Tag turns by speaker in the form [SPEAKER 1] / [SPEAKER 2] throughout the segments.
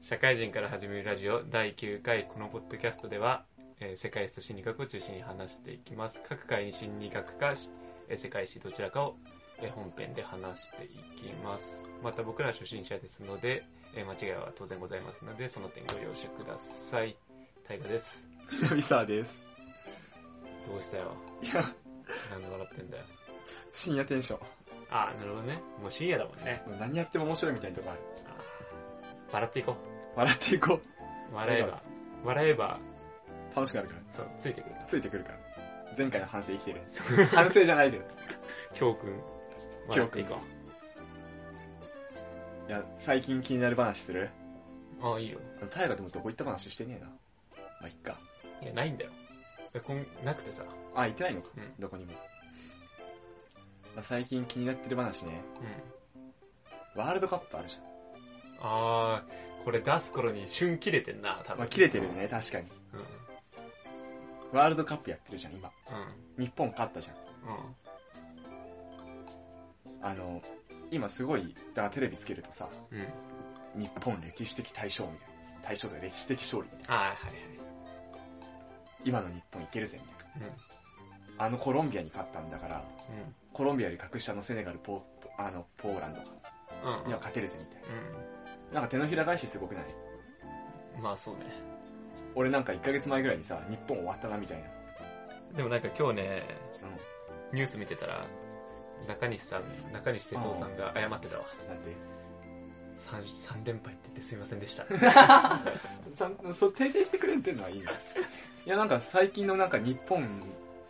[SPEAKER 1] 社会人から始めるラジオ第9回このポッドキャストでは、えー世界史と心理学を中心に話していきます各回に心理学か、しえー世界史どちらかを、えー本編で話していきますまた僕らは初心者ですので、えー間違いは当然ございますのでその点ご了承ください大河です
[SPEAKER 2] 南沢です。
[SPEAKER 1] どうしたよ
[SPEAKER 2] いや、
[SPEAKER 1] なんで笑ってんだよ
[SPEAKER 2] 深夜テンション。も
[SPEAKER 1] ああなるほどねもう深夜だもんね
[SPEAKER 2] う何やっても面白いみたいなとこある。
[SPEAKER 1] あー笑っていこ
[SPEAKER 2] 笑っていこう。
[SPEAKER 1] う笑えば笑えば
[SPEAKER 2] 楽しくなるから。
[SPEAKER 1] そうついてくるから
[SPEAKER 2] ついてくるから。前回の反省生きてる。 反省じゃないけど。
[SPEAKER 1] 教訓笑っていこ
[SPEAKER 2] いや、最近気になる話する
[SPEAKER 1] うああいいよ
[SPEAKER 2] あの大河でもどこ行った話してねえな。まあ、いっか。
[SPEAKER 1] いやないんだよこんなくてさ
[SPEAKER 2] あ、行ってないのか。
[SPEAKER 1] うん
[SPEAKER 2] どこにも。まあ、最近気になってる話ね。
[SPEAKER 1] うん
[SPEAKER 2] ワールドカップあるじ
[SPEAKER 1] あーこれ出す頃に旬切れてんな多
[SPEAKER 2] ゃん。
[SPEAKER 1] 分、
[SPEAKER 2] まあ、切れてるね、確かに。
[SPEAKER 1] うんうん
[SPEAKER 2] ワールドカップやってるじゃん、今。日本勝ったじゃん。
[SPEAKER 1] う
[SPEAKER 2] あの、今すごい、だからテレビつけるとさ、
[SPEAKER 1] んうん
[SPEAKER 2] 日本歴史的大賞みたいな。大賞とか歴史的勝利みたいな。
[SPEAKER 1] あーはい
[SPEAKER 2] 今の日本いけるぜみたいな。
[SPEAKER 1] はい
[SPEAKER 2] あのコロンビアに勝ったんだから、
[SPEAKER 1] うん
[SPEAKER 2] コロンビアより格下のセネガル、ポポあのポーランドか。
[SPEAKER 1] うんうん
[SPEAKER 2] には勝てるぜみたいな。なんか手のひら返しすごくない
[SPEAKER 1] うんまあそうね
[SPEAKER 2] 俺なんか1ヶ月前ぐらいにさ、日本終わったなみたいな。
[SPEAKER 1] でもなんか今日ね
[SPEAKER 2] う
[SPEAKER 1] ニュース見てたら中西さん中西哲夫さんが謝ってたわ
[SPEAKER 2] ん。なんで。
[SPEAKER 1] 3, 三連敗って言ってすいませんで した
[SPEAKER 2] ちゃんと、そう、訂正してくれんっていうのはいいね。いやなんか最近のなんか日本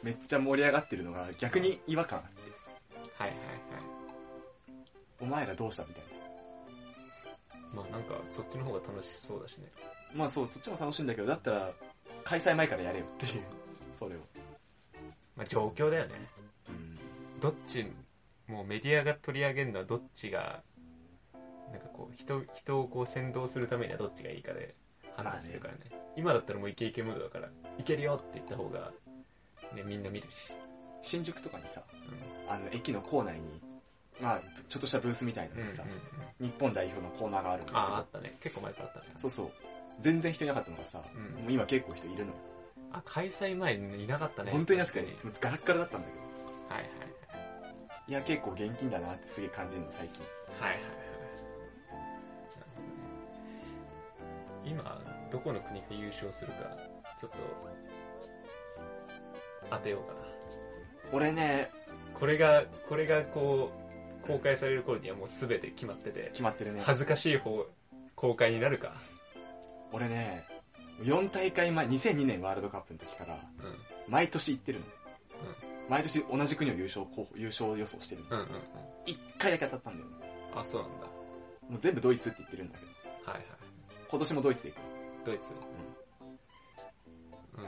[SPEAKER 2] めっちゃ盛り上がってるのが逆に違和感あって。
[SPEAKER 1] はいはいはい
[SPEAKER 2] お前らどうしたみたいな。
[SPEAKER 1] まあなんかそっちの方が楽しそうだしね
[SPEAKER 2] まあそう、そっちも楽しいんだけど、だったら、開催前からやれよっていう、それを。
[SPEAKER 1] まあ状況だよね
[SPEAKER 2] うん。
[SPEAKER 1] どっちもうメディアが取り上げるのはどっちがなんかこう人人をこう先導するためにはどっちがいいかで話してるからね,、今だったらもうイケイケムードだからいけるよって言った方が、ね、みんな見るし、
[SPEAKER 2] 新宿とかにさ、
[SPEAKER 1] うん
[SPEAKER 2] あの、駅の構内に、まあ、ちょっとしたブースみたいな
[SPEAKER 1] うん
[SPEAKER 2] の
[SPEAKER 1] うん
[SPEAKER 2] が
[SPEAKER 1] うん
[SPEAKER 2] さ、日本代表のコーナーがあるんだけど、
[SPEAKER 1] あああったね結構前からあったね
[SPEAKER 2] そうそう。全然人いなかったのがさ、
[SPEAKER 1] うん
[SPEAKER 2] もう今結構人いるのよ。
[SPEAKER 1] あ開催前にいなかったね
[SPEAKER 2] 本当になくて、
[SPEAKER 1] 確か
[SPEAKER 2] ね、ガラッガラだったんだけど。
[SPEAKER 1] にはいはい
[SPEAKER 2] いや、結構現金だなってすげえ感じるの、最近。
[SPEAKER 1] はいはいはいはいなるほどね今どこの国が優勝するかちょっと当てようかな
[SPEAKER 2] 俺ね、
[SPEAKER 1] これがこれがこう公開される頃にはもう全て決まってて
[SPEAKER 2] 決まってるね。
[SPEAKER 1] 恥ずかしい方公開になるか
[SPEAKER 2] 俺ね、4大会前、2002年ワールドカップの時から、
[SPEAKER 1] うんうん
[SPEAKER 2] 毎年行ってるの。毎年同じ国を優勝候補、優勝予想してるの。
[SPEAKER 1] うんうんうん
[SPEAKER 2] 一回だけ当たったんだよね。
[SPEAKER 1] あそうなんだ
[SPEAKER 2] もう全部ドイツって言ってるんだけど。
[SPEAKER 1] はいはい
[SPEAKER 2] 今年もドイツで行く。
[SPEAKER 1] ドイツうん、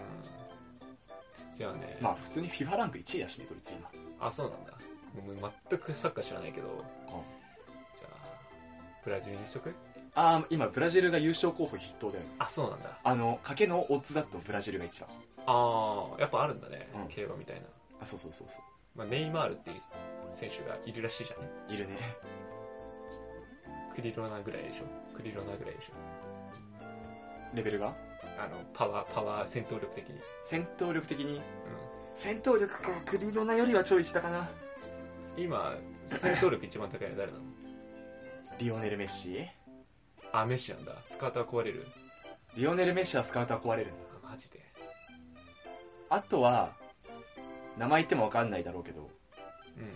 [SPEAKER 1] じゃあね、
[SPEAKER 2] まあ普通に FIFA ランク1位だしね、ドイツ今。
[SPEAKER 1] あそうなんだもう全くサッカー知らないけどじゃあブラジルにしとく
[SPEAKER 2] ああ、今ブラジルが優勝候補筆頭だよね。
[SPEAKER 1] あそうなんだ
[SPEAKER 2] あの、賭けのオッズだとブラジルが一番。
[SPEAKER 1] ああやっぱあるんだね、
[SPEAKER 2] うん
[SPEAKER 1] 競馬みたいな、
[SPEAKER 2] あ、そうそうそうそ
[SPEAKER 1] まあ、ネイマールっていう選手がいるらしいじゃんね
[SPEAKER 2] う。いるね。
[SPEAKER 1] クリロナぐらいでしょクリロナぐらいでしょ
[SPEAKER 2] レベルが
[SPEAKER 1] あのパワーパワー戦闘力的に、
[SPEAKER 2] 戦闘力的に。
[SPEAKER 1] う
[SPEAKER 2] 戦闘力か、クリロナよりはちょい下かな。
[SPEAKER 1] ん、今戦闘力一番高いの誰なの
[SPEAKER 2] リオネル・メッシ
[SPEAKER 1] あメッシなんだスカートは壊れる
[SPEAKER 2] リオネル・メッシはスカウトは壊れるね。
[SPEAKER 1] あマジで
[SPEAKER 2] あとは、名前言ってもわかんないだろうけど、
[SPEAKER 1] うん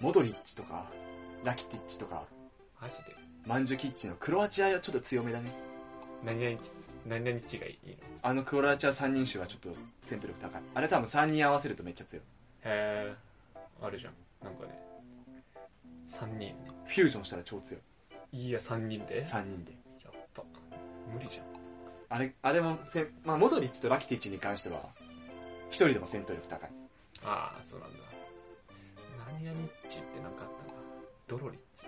[SPEAKER 2] モドリッチとか、ラキティッチとか、
[SPEAKER 1] マジで
[SPEAKER 2] マンジュキッチのクロアチアはちょっと強めだね。
[SPEAKER 1] 何々ち何々地がいいの
[SPEAKER 2] あのクロアチア3人衆はちょっと戦闘力高い。あれ多分3人合わせるとめっちゃ強い。
[SPEAKER 1] へえあるじゃんなんかね3人
[SPEAKER 2] フュージョンしたら超強い。
[SPEAKER 1] いいや3人でやっ
[SPEAKER 2] 3人で。
[SPEAKER 1] ぱ無理じゃん
[SPEAKER 2] あれ、あれもせん、まあ、モドリッチとラキティッチに関しては、一人でも戦闘力高い。
[SPEAKER 1] ああそうなんだ何々地ってなんかあったなドロリッチ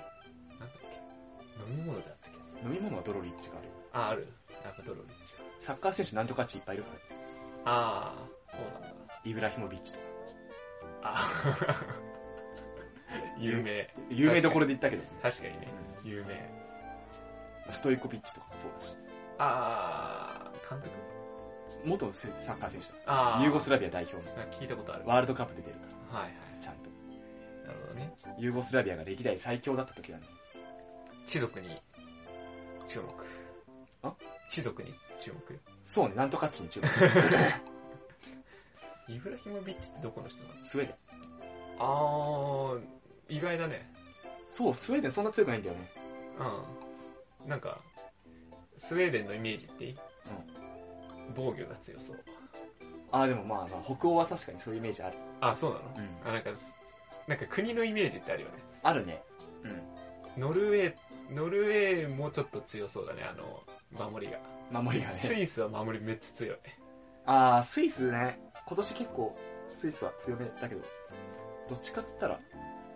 [SPEAKER 1] なんだっけ飲み物であった気がする
[SPEAKER 2] 飲み物はドロリッチがある。
[SPEAKER 1] ああるなんかドロリッチ
[SPEAKER 2] サッカー選手なんとかっちいっぱいいるから。
[SPEAKER 1] ああそうなんだ
[SPEAKER 2] イブラヒモビッチとか。
[SPEAKER 1] あ 有名
[SPEAKER 2] 有名どころで言ったけど。
[SPEAKER 1] 確かにね有名
[SPEAKER 2] ストイコビッチとかもそうだし
[SPEAKER 1] あー、監督
[SPEAKER 2] 元せサッカー選手だ
[SPEAKER 1] あー。
[SPEAKER 2] ユーゴスラビア代表の
[SPEAKER 1] なんか聞いたことある。はい
[SPEAKER 2] ワールドカップで出るか
[SPEAKER 1] はい。
[SPEAKER 2] らちゃんと
[SPEAKER 1] なるほどね。
[SPEAKER 2] ユーゴスラビアが歴代最強だった時だね
[SPEAKER 1] 地族に注目。
[SPEAKER 2] あ
[SPEAKER 1] 地族に注目。
[SPEAKER 2] そうねなんとかっちに注目
[SPEAKER 1] イブラヒモビッチってどこの人なの
[SPEAKER 2] スウェーデン
[SPEAKER 1] あー、意外だね。
[SPEAKER 2] そうスウェーデンそんな強くないんだよね
[SPEAKER 1] うん。なんか、スウェーデンのイメージっていい防御が強そう。
[SPEAKER 2] ああでもまあまあ北欧は確かにそういうイメージある
[SPEAKER 1] あ、そうなの、
[SPEAKER 2] うん
[SPEAKER 1] あ、なんか、なんか国のイメージってあるよね。
[SPEAKER 2] あるねうん
[SPEAKER 1] ノルウェー、ノルウェーもちょっと強そうだね、あの、守りが。
[SPEAKER 2] 守りがね
[SPEAKER 1] スイスは守りめっちゃ強い。
[SPEAKER 2] ああスイスね今年結構スイスは強めだけどどっちかっつったら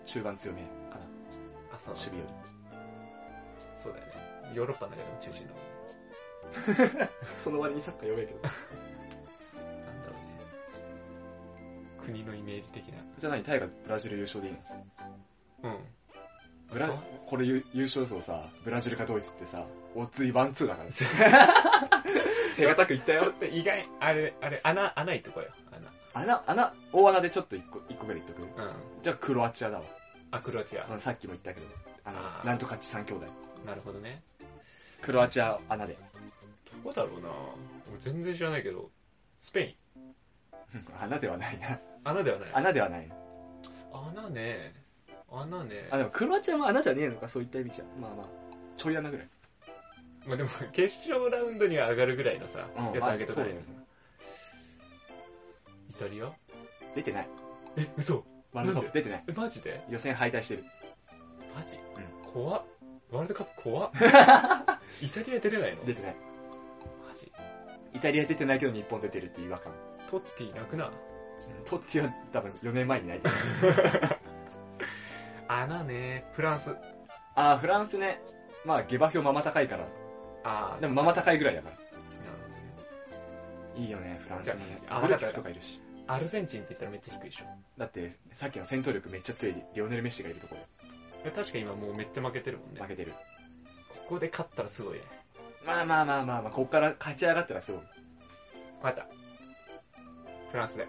[SPEAKER 2] 中盤強めかな
[SPEAKER 1] あ、そう
[SPEAKER 2] 守備より
[SPEAKER 1] そうだよね。ヨーロッパの中でも中心の。
[SPEAKER 2] その割にサッカー弱いけど
[SPEAKER 1] なんだろうね。国のイメージ的な。
[SPEAKER 2] じゃあ何タイがブラジル優勝でいいの
[SPEAKER 1] うん。
[SPEAKER 2] ブラ
[SPEAKER 1] そう
[SPEAKER 2] これゆ優勝予想さブラジルかドイツってさおっついワンツーだからね 手堅くいった
[SPEAKER 1] ちょ
[SPEAKER 2] よ
[SPEAKER 1] っと意外、あれ、あれ、穴、穴いとこよ。
[SPEAKER 2] 穴穴大穴でちょっと一個一個ぐらいいっとく
[SPEAKER 1] 穴。うん。
[SPEAKER 2] じゃあクロアチアだわ
[SPEAKER 1] あ、クロアチア
[SPEAKER 2] あ。のさっきも言ったけどあの
[SPEAKER 1] あー
[SPEAKER 2] なんとかっち3兄弟
[SPEAKER 1] なるほどね。
[SPEAKER 2] クロアチア穴で
[SPEAKER 1] どこだろうな俺全然知らないけど、スペイン。
[SPEAKER 2] 穴ではないな
[SPEAKER 1] 穴ではない。
[SPEAKER 2] 穴ではない
[SPEAKER 1] 穴ね。穴ね。
[SPEAKER 2] あでもクロアチアも穴じゃねえのかそういった意味じゃまあまあちょい穴ぐらい
[SPEAKER 1] まあ、でも、決勝ラウンドには上がるぐらいのさ、やつあげとかないと
[SPEAKER 2] あ
[SPEAKER 1] さ
[SPEAKER 2] そうだ。
[SPEAKER 1] イタリア
[SPEAKER 2] 出てない
[SPEAKER 1] え、嘘
[SPEAKER 2] ワールドカッ
[SPEAKER 1] なん
[SPEAKER 2] プ出てない
[SPEAKER 1] え、マジで
[SPEAKER 2] 予選敗退してる
[SPEAKER 1] マジ
[SPEAKER 2] う
[SPEAKER 1] 怖っ。ワールドカップ 怖っ。イタリア出れないの
[SPEAKER 2] 出てない
[SPEAKER 1] マジ
[SPEAKER 2] イタリア出てないけど日本出てるって違和感
[SPEAKER 1] トッティなくな。
[SPEAKER 2] トッティは多分4年前に泣いてる
[SPEAKER 1] 穴ね。フランス。
[SPEAKER 2] ああフランスねまあ下馬評ママ高いから
[SPEAKER 1] ああ、
[SPEAKER 2] でもママ高いぐらいだから
[SPEAKER 1] なるほどね
[SPEAKER 2] いいよねフランスね
[SPEAKER 1] じゃあ
[SPEAKER 2] グルキフとかいるし
[SPEAKER 1] アルゼンチンって言ったらめっちゃ低いでしょ。
[SPEAKER 2] だってさっきの戦闘力めっちゃ強いリオネル・メッシがいるところ
[SPEAKER 1] え確か今もうめっちゃ負けてるもんね
[SPEAKER 2] 負。けてる
[SPEAKER 1] ここで勝ったらすごいね。
[SPEAKER 2] まあまあまあまあまあこっから勝ち上がったらすごい
[SPEAKER 1] わかった。フランスで。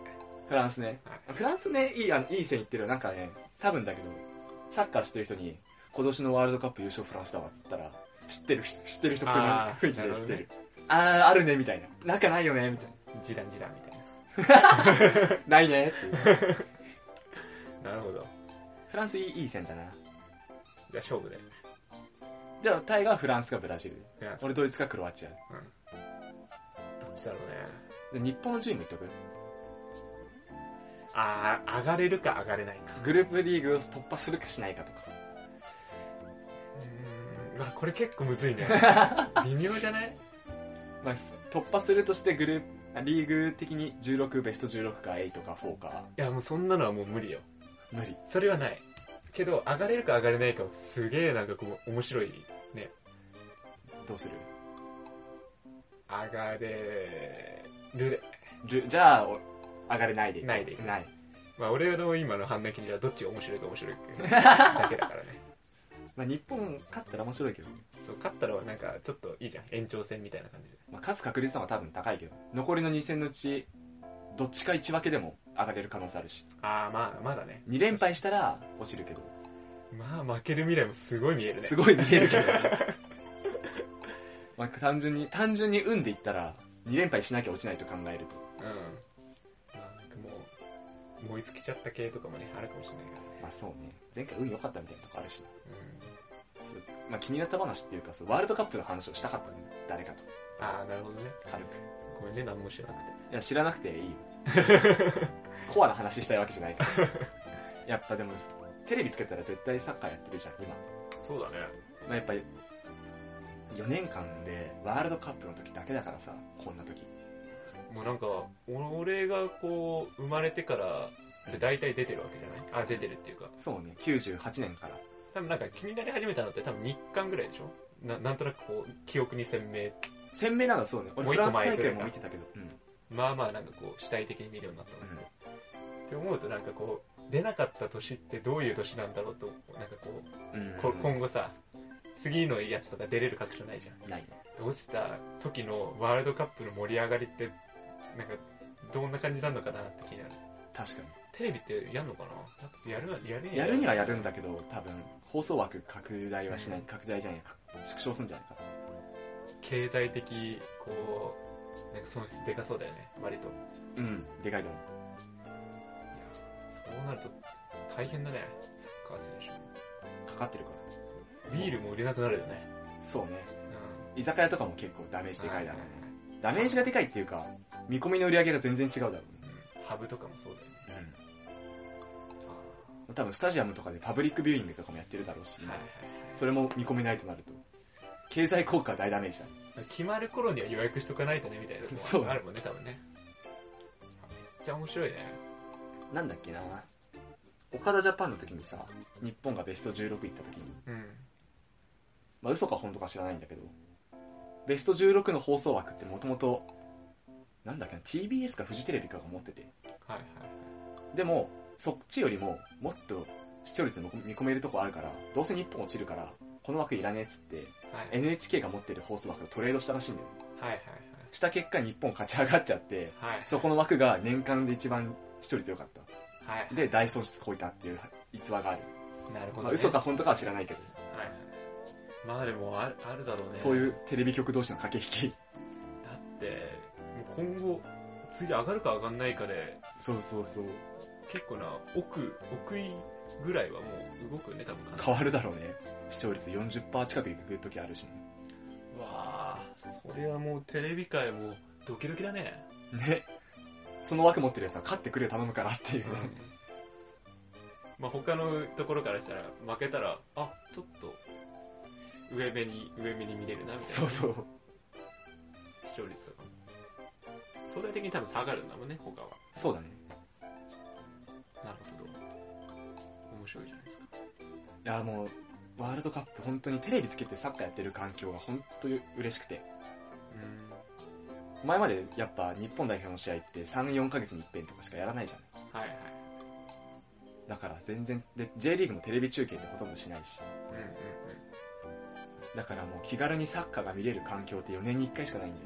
[SPEAKER 2] フランスね
[SPEAKER 1] はい
[SPEAKER 2] フランスねいいあのいい線いってるよなんかね多分だけどサッカー知ってる人に今年のワールドカップ優勝フランスだわっつったら知ってる人知ってる人来る
[SPEAKER 1] あー
[SPEAKER 2] 雰囲気
[SPEAKER 1] な
[SPEAKER 2] で言
[SPEAKER 1] る
[SPEAKER 2] っ
[SPEAKER 1] ほど
[SPEAKER 2] てる
[SPEAKER 1] ね
[SPEAKER 2] あーあるねみたいななんかないよねみたい
[SPEAKER 1] 時短時短みたい
[SPEAKER 2] なないねっていう
[SPEAKER 1] な。なるほど。
[SPEAKER 2] フランスいいいい線だ
[SPEAKER 1] じ
[SPEAKER 2] な
[SPEAKER 1] ゃあ勝負で。
[SPEAKER 2] じゃあタイがフランスかブラジル
[SPEAKER 1] フランス。
[SPEAKER 2] 俺ドイツかクロアチア
[SPEAKER 1] どっちだろうね。
[SPEAKER 2] で日本の順位も言っとく
[SPEAKER 1] ああ、上がれるか上がれないか。
[SPEAKER 2] グループリーグを突破するかしないかとか
[SPEAKER 1] うーん。まあこれ結構むずい ね。微妙じゃない
[SPEAKER 2] まあ、す突破するとしてグループあリーグ的に16ベスト16か8か4か
[SPEAKER 1] いやもうそんなのはもう無理よ。
[SPEAKER 2] 無理
[SPEAKER 1] それはない。けど、上がれるか上がれないかはすげえなんかこう、面白いね。
[SPEAKER 2] どうする
[SPEAKER 1] 上がれるで。
[SPEAKER 2] ルじゃあお上がれないで
[SPEAKER 1] ないでいく
[SPEAKER 2] ない
[SPEAKER 1] まあ俺の今の判断基準はどっちが面白いか面白いかだけだから ね。
[SPEAKER 2] まあ、日本勝ったら面白いけど、
[SPEAKER 1] そう、勝ったらなんかちょっといいじゃん。延長戦みたいな感じで。
[SPEAKER 2] まあ、勝つ確率の方が多分高いけど残りの2戦のうちどっちか1分けでも上がれる可能性あるし
[SPEAKER 1] ああ、まあ、まだね。
[SPEAKER 2] 2連敗したら落ちるけど
[SPEAKER 1] まあ負ける未来もすごい見えるね。
[SPEAKER 2] すごい見えるけど まあ単純に単純に運でいったら2連敗しなきゃ落ちないと考えると
[SPEAKER 1] うん。まあなんかもう、燃え尽きちゃった系とかもね、あるかもしれないからね。
[SPEAKER 2] まあそうね前回運良かったみたいなとこあるし
[SPEAKER 1] うん。
[SPEAKER 2] そうまあ、気になった話っていうかそうワールドカップの話をしたかったね誰かと
[SPEAKER 1] ああ、なるほどね。
[SPEAKER 2] 軽く
[SPEAKER 1] ごめんね、何も知らなくて。
[SPEAKER 2] いや知らなく ていいよコアな話したいわけじゃないからやっぱでもテレビつけたら絶対サッカーやってるじゃん今、
[SPEAKER 1] そうだね。
[SPEAKER 2] まあ、やっぱり4年間でワールドカップの時だけだからさこんな時
[SPEAKER 1] もうなんか、お俺がこう、生まれてから、で大体出てるわけじゃないあ、出てるっていうか。
[SPEAKER 2] そうね98年から
[SPEAKER 1] 多分なんか気になり始めたのって多分日韓ぐらいでしょななんとなくこう、記憶に鮮明。
[SPEAKER 2] 鮮明なのはそうね俺
[SPEAKER 1] もう
[SPEAKER 2] フ
[SPEAKER 1] 一個
[SPEAKER 2] ランス
[SPEAKER 1] 前く
[SPEAKER 2] 大
[SPEAKER 1] ら
[SPEAKER 2] 会
[SPEAKER 1] いか
[SPEAKER 2] も見てたけど、うん
[SPEAKER 1] まあまあなんかこう、主体的に見るようになったの
[SPEAKER 2] うん
[SPEAKER 1] って思うとなんかこう出なかった年ってどういう年なんだろうとなんかこう、こ今後さ次のやつとか出れる確証ないじゃん
[SPEAKER 2] ないね
[SPEAKER 1] 落ちた時のワールドカップの盛り上がりってなんかどんな感じなのかなって気になる
[SPEAKER 2] 確かに
[SPEAKER 1] テレビってやんのかななんかやるはやる
[SPEAKER 2] やるにはやるんだけど多分放送枠拡大はしない、拡大じゃないか縮小するんじゃないか
[SPEAKER 1] 経済的こうなんか損失でかそうだよね割とい
[SPEAKER 2] うんでかいと思
[SPEAKER 1] やそうなると大変だねサッカー選
[SPEAKER 2] うかかってるか
[SPEAKER 1] 手ビールも売れなくなるよね
[SPEAKER 2] らそうね
[SPEAKER 1] うん
[SPEAKER 2] 居酒屋とかも結構ダメージでかいだろうねダメージがでかいっていうか見込みの売り上げが全然違うだろうね
[SPEAKER 1] うんハブとかもそうだよね
[SPEAKER 2] 多分スタジアムとかでパブリックビューイングとかもやってるだろうし、
[SPEAKER 1] はいはいはい
[SPEAKER 2] それも見込めないとなると経済効果は大ダメージだね
[SPEAKER 1] 決まる頃には予約しとかないとねみたいなとこ
[SPEAKER 2] そう
[SPEAKER 1] あるもんね多分ねめっちゃ面白いね
[SPEAKER 2] なんだっけな岡田ジャパンの時にさ日本がベスト16行った時に
[SPEAKER 1] うん
[SPEAKER 2] まあ嘘か本当か知らないんだけどベスト16の放送枠ってもともとなんだっけな TBS かフジテレビかが持ってて
[SPEAKER 1] はいはい
[SPEAKER 2] でもそっちよりももっと視聴率の見込めるとこあるからどうせ日本落ちるからこの枠いらねえっつって
[SPEAKER 1] はい
[SPEAKER 2] NHK が持ってる放送枠とトレードしたらしいんだよ
[SPEAKER 1] はいはい
[SPEAKER 2] した結果日本勝ち上がっちゃって
[SPEAKER 1] はいはい
[SPEAKER 2] そこの枠が年間で一番視聴率良かった
[SPEAKER 1] はい
[SPEAKER 2] で大損失こいたっていう逸話がある、
[SPEAKER 1] なるほど、ね
[SPEAKER 2] まあ、嘘か本当かは知らないけど、
[SPEAKER 1] はいまあでもあるあるだろうね
[SPEAKER 2] そういうテレビ局同士の駆け引き
[SPEAKER 1] だってもう今後次上がるか上がんないかで
[SPEAKER 2] そうそうそう
[SPEAKER 1] 結構な奥奥いぐらいはもう動くよね多分かな
[SPEAKER 2] 変わるだろうね視聴率40%近くいく時あるし
[SPEAKER 1] わあそれはもうテレビ界もドキドキだね、
[SPEAKER 2] ねねその枠持ってるやつは勝ってくれ頼むからっていうね、
[SPEAKER 1] まあ他のところからしたら負けたらあちょっと上目に上目に見れるなみたいな
[SPEAKER 2] そうそう
[SPEAKER 1] 視聴率とかも相対的に多分下がるんだもんね他は
[SPEAKER 2] そうだね
[SPEAKER 1] なるほど面白いじゃないですか
[SPEAKER 2] いやもうワールドカップ本当にテレビつけてサッカーやってる環境が本当に嬉しくて
[SPEAKER 1] うん
[SPEAKER 2] 前までやっぱ日本代表の試合って34ヶ月に一遍とかしかやらないじゃん
[SPEAKER 1] はいはい
[SPEAKER 2] だから全然で J リーグもテレビ中継ってほとんどしないし
[SPEAKER 1] うんうんうん
[SPEAKER 2] だからもう気軽にサッカーが見れる環境って4年に1回しかないんだよ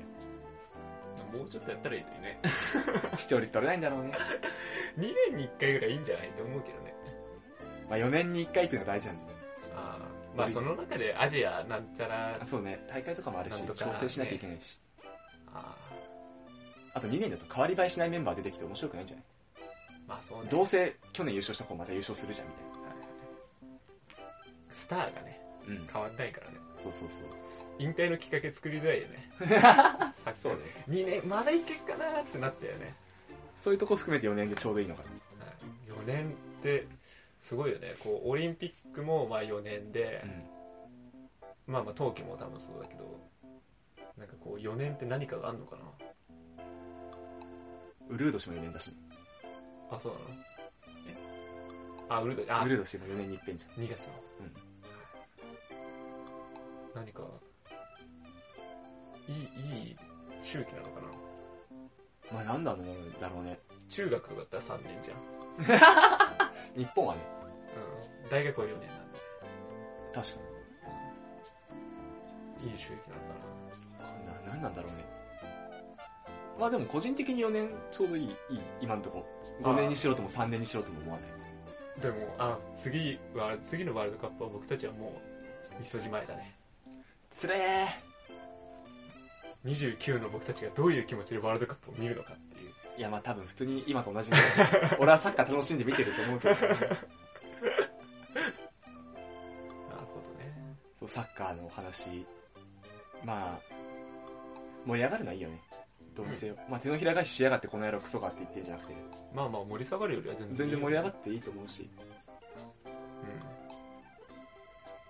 [SPEAKER 1] もうちょっとやったらいいのにね。
[SPEAKER 2] 視聴率取れないんだろうね、
[SPEAKER 1] 2年に1回ぐらいいいんじゃないって思うけどね。
[SPEAKER 2] まあ、4年に1回っていうのは大事なんじゃない
[SPEAKER 1] ああ。まあその中でアジアなんちゃら
[SPEAKER 2] あ、そうね大会とかもあるし
[SPEAKER 1] なんとか
[SPEAKER 2] 調整しなきゃいけないし、
[SPEAKER 1] あ
[SPEAKER 2] あと2年だと変わり映えしないメンバー出てきて面白くないんじゃない
[SPEAKER 1] あまあそうね。
[SPEAKER 2] どうせ去年優勝した子また優勝するじゃんみ
[SPEAKER 1] はいスターがね、
[SPEAKER 2] たいなうん
[SPEAKER 1] 変わんないからね。
[SPEAKER 2] そうそうそう
[SPEAKER 1] 引退のきっかけ作りづらいよ ね。さっき
[SPEAKER 2] そうね
[SPEAKER 1] 2年、まだいけっかなーってなっちゃうよね。
[SPEAKER 2] そういうとこ含めて4年でちょうどいいのかな
[SPEAKER 1] 4年って、すごいよね。こう、オリンピックもまあ4年で、まあまあ冬季も多分そうだけど、なんかこう4年って何かがあんのかな
[SPEAKER 2] うんウルード氏も4年だし
[SPEAKER 1] あ、そうなのえあ、ウルド、あ、
[SPEAKER 2] ウルード氏も4年に一遍じ
[SPEAKER 1] 2月の。
[SPEAKER 2] うん
[SPEAKER 1] 何か、いい、いい周期なのかな
[SPEAKER 2] ゃんまあなんだろうだろうね
[SPEAKER 1] 中学とかだったら3年じゃん。
[SPEAKER 2] 日本はね
[SPEAKER 1] うん。大学は4年なんで。
[SPEAKER 2] 確か
[SPEAKER 1] いい周期なのか
[SPEAKER 2] にな何なんだろうねまあでも個人的に4年ちょうどいいいい今んとこ5年にしろとも3年にしろとも思わない
[SPEAKER 1] なでも、あ、次は、次のワールドカップは僕たちはもう、みそじ前だね。
[SPEAKER 2] つれー
[SPEAKER 1] 29の僕たちがどういう気持ちでワールドカップを見るのかっていう。
[SPEAKER 2] いやまあ多分普通に今と同じで 俺はサッカー楽しんで見てると思うけど、
[SPEAKER 1] なるほどね。
[SPEAKER 2] そうサッカーのお話まあ盛り上がるのはいいよねどうせよ、まあ手のひら返ししやがってこの野郎クソかって言ってんじゃなくて
[SPEAKER 1] まあまあ盛り下がるよりは全然
[SPEAKER 2] 全然盛り上が
[SPEAKER 1] っ
[SPEAKER 2] っていいと思うし
[SPEAKER 1] うん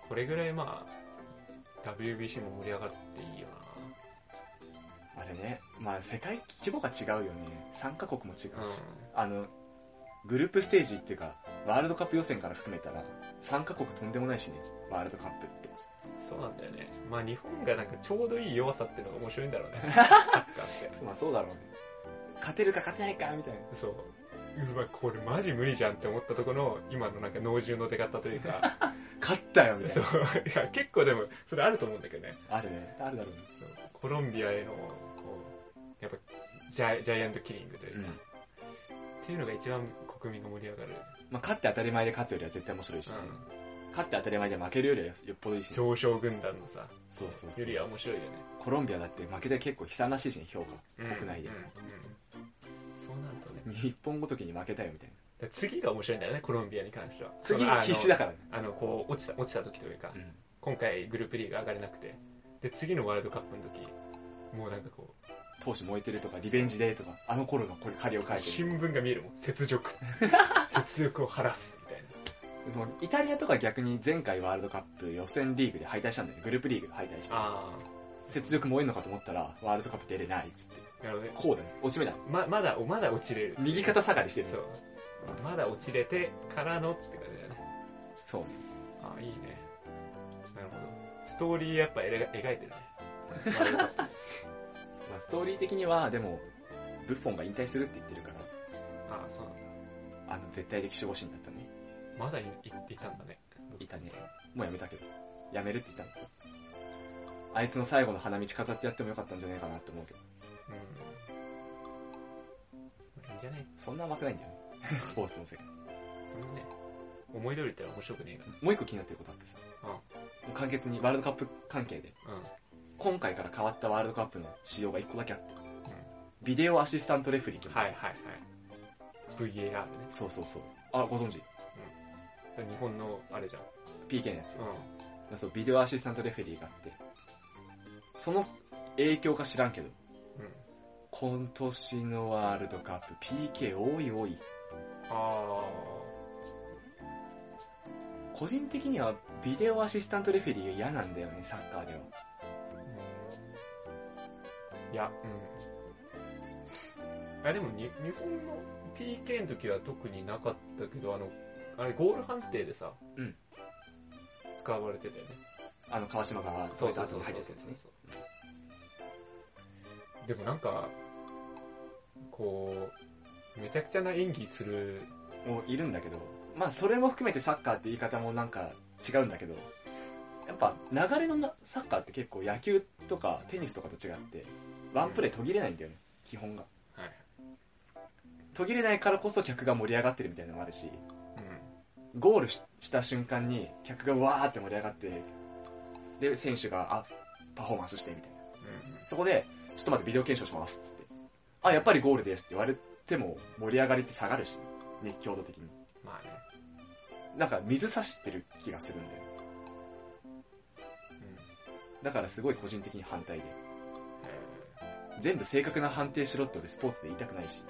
[SPEAKER 1] これぐらいまあ WBC も盛り上がっていいよ
[SPEAKER 2] あれねまあ世界規模が違うよね参加国も違うし、
[SPEAKER 1] なうん
[SPEAKER 2] あのグループステージっていうかワールドカップ予選から含めたら参加国とんでもないしねワールドカップって
[SPEAKER 1] そうなんだよねまあ日本がなんかちょうどいい弱さっていうのが面白いんだろうねサッカーって
[SPEAKER 2] まあそうだろうね勝てるか勝てないかみたいな
[SPEAKER 1] そううわこれマジ無理じゃんって思ったところの今のなんか脳汁の出方というか
[SPEAKER 2] 勝ったよみたい
[SPEAKER 1] そう
[SPEAKER 2] ない
[SPEAKER 1] や結構でもそれあると思うんだけどね
[SPEAKER 2] あるねあるだろうね
[SPEAKER 1] そうコロンビアへのこうやっぱジャイジャイアントキリングというか、
[SPEAKER 2] うん
[SPEAKER 1] っていうのが一番国民が盛り上がる、
[SPEAKER 2] まあ、勝って当たり前で勝つよりは絶対面白いしね、
[SPEAKER 1] う
[SPEAKER 2] 勝って当たり前で負けるよりはよっぽどいいし
[SPEAKER 1] ん、
[SPEAKER 2] ね、
[SPEAKER 1] 上昇軍団のさ
[SPEAKER 2] そうそうそ
[SPEAKER 1] よりは
[SPEAKER 2] う
[SPEAKER 1] 面白いよね、
[SPEAKER 2] コロンビアだって負けて結構悲惨らしいしね評価、
[SPEAKER 1] うん
[SPEAKER 2] 国内で
[SPEAKER 1] うん、うんそうなるとね
[SPEAKER 2] 日本ごときに負けたよみたい
[SPEAKER 1] だから次が面白いんだよねコロンビアに関しては
[SPEAKER 2] な次
[SPEAKER 1] そのあの
[SPEAKER 2] 必死だからね、
[SPEAKER 1] あのこう落ちた落ちた時というか、
[SPEAKER 2] うん
[SPEAKER 1] 今回グループリーグ上がれなくてで次のワールドカップの時もうなんかこう
[SPEAKER 2] 闘志燃えてるとかリベンジデーとかあの頃のこれ借りを返してる
[SPEAKER 1] 新聞が見えるもん雪 辱雪辱を晴らすみたいな
[SPEAKER 2] でもイタリアとか逆に前回ワールドカップ予選リーグで敗退したんだよねグループリーグで敗退して
[SPEAKER 1] あ
[SPEAKER 2] 雪辱燃えんのかと思ったらワールドカップ出れないっつって
[SPEAKER 1] あなるほどね
[SPEAKER 2] こうだね落ち目だ
[SPEAKER 1] ままだまだ落ちれる
[SPEAKER 2] 右肩下がりしてる
[SPEAKER 1] そうまだ落ちれてからのって感じだね
[SPEAKER 2] そうね
[SPEAKER 1] ああいいねなるほどストーリーやっぱ描描いてるねワー ルドカップ
[SPEAKER 2] まあ、ストーリー的にはでもブッフォンが引退するって言ってるか
[SPEAKER 1] ああそうなんだ
[SPEAKER 2] らあの絶対的守護神だったね
[SPEAKER 1] まだいいいたんだね
[SPEAKER 2] いたねもうやめたけどやめるって言ったのあいつの最後の花道飾ってやってもよかったんじゃないかなって思うけど
[SPEAKER 1] うんいいんじゃない
[SPEAKER 2] そんな甘くないんだよね スポーツの世界
[SPEAKER 1] そんなね思い通り言ったら面白くねえか
[SPEAKER 2] もう一個気になってることあってさ
[SPEAKER 1] らうん
[SPEAKER 2] もう簡潔にワールドカップ関係で
[SPEAKER 1] うん
[SPEAKER 2] 今回から変わったワールドカップの仕様が一個だけあって
[SPEAKER 1] うん
[SPEAKER 2] ビデオアシスタントレフェリーって
[SPEAKER 1] はいはいはい VAR ね
[SPEAKER 2] そうそうそうあご存知
[SPEAKER 1] 日本のあれじゃん
[SPEAKER 2] PK のやつ
[SPEAKER 1] うん
[SPEAKER 2] そうビデオアシスタントレフェリーがあってその影響か知らんけど
[SPEAKER 1] うん
[SPEAKER 2] 今年のワールドカップ PK 多い多い
[SPEAKER 1] あ
[SPEAKER 2] 個人的にはビデオアシスタントレフェリーが嫌なんだよねサッカーでは
[SPEAKER 1] あいやうんあでもに日本の PK の時は特になかったけどあのあれゴール判定でさ、
[SPEAKER 2] うん
[SPEAKER 1] 使われてたよね
[SPEAKER 2] あの川島が
[SPEAKER 1] そうそ
[SPEAKER 2] トヨ
[SPEAKER 1] う
[SPEAKER 2] タ
[SPEAKER 1] そ
[SPEAKER 2] 後
[SPEAKER 1] う
[SPEAKER 2] に
[SPEAKER 1] そ
[SPEAKER 2] 入
[SPEAKER 1] う
[SPEAKER 2] っちゃっ
[SPEAKER 1] そ
[SPEAKER 2] た
[SPEAKER 1] う
[SPEAKER 2] やつ
[SPEAKER 1] で
[SPEAKER 2] ね
[SPEAKER 1] もなんかこうめちゃくちゃな演技する
[SPEAKER 2] もういるんだけどまあそれも含めてサッカーって言い方もなんか違うんだけどやっぱ流れのなサッカーって結構野球とかテニスとかと違ってワンプレー途切れないんだよね基本が
[SPEAKER 1] はい
[SPEAKER 2] 途切れないからこそ客が盛り上がってるみたいなのもあるしゴールしした瞬間に客がわーって盛り上がってで選手があパフォーマンスしてみたいなそこでちょっと待ってビデオ検証しますっつってあやっぱりゴールですって言われても盛り上がりって下がるし熱狂度的に
[SPEAKER 1] まあね、
[SPEAKER 2] なんか水差してる気がするんだよ
[SPEAKER 1] うん
[SPEAKER 2] だからすごい個人的に反対で
[SPEAKER 1] え
[SPEAKER 2] 全部正確な判定しろって俺スポーツで言いたくないし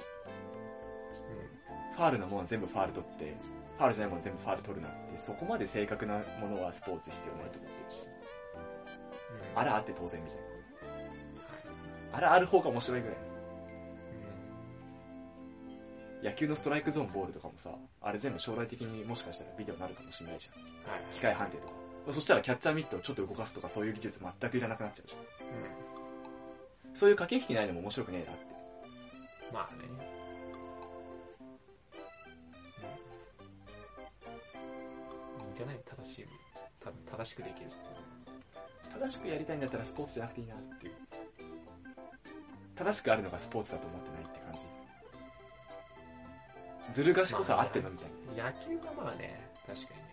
[SPEAKER 2] ファールなものは全部ファール取ってファールじゃないものは全部ファール取るなってそこまで正確なものはスポーツ必要ないと思ってるし
[SPEAKER 1] うんうん
[SPEAKER 2] あらあって当然みたい
[SPEAKER 1] はい
[SPEAKER 2] なあらある方が面白いぐらい
[SPEAKER 1] うん
[SPEAKER 2] 野球のストライクゾーンボールとかもさあれ全部将来的にもしかしたらビデオになるかもしれないじゃん
[SPEAKER 1] はい、
[SPEAKER 2] 機械判定とかそしたらキャッチャーミットをちょっと動かすとかそういう技術全くいらなくなっちゃうじゃん
[SPEAKER 1] う
[SPEAKER 2] そういう駆け引きないのも面白くねえなって
[SPEAKER 1] ん、まあね、うん、いいんじゃない正しいた正しくできるっつうの
[SPEAKER 2] 正しくやりたいんだったらスポーツじゃなくていいなっていう正しくあるのがスポーツだと思ってないって感じずる賢さあってんのみたいな
[SPEAKER 1] 野球がまあね確かにね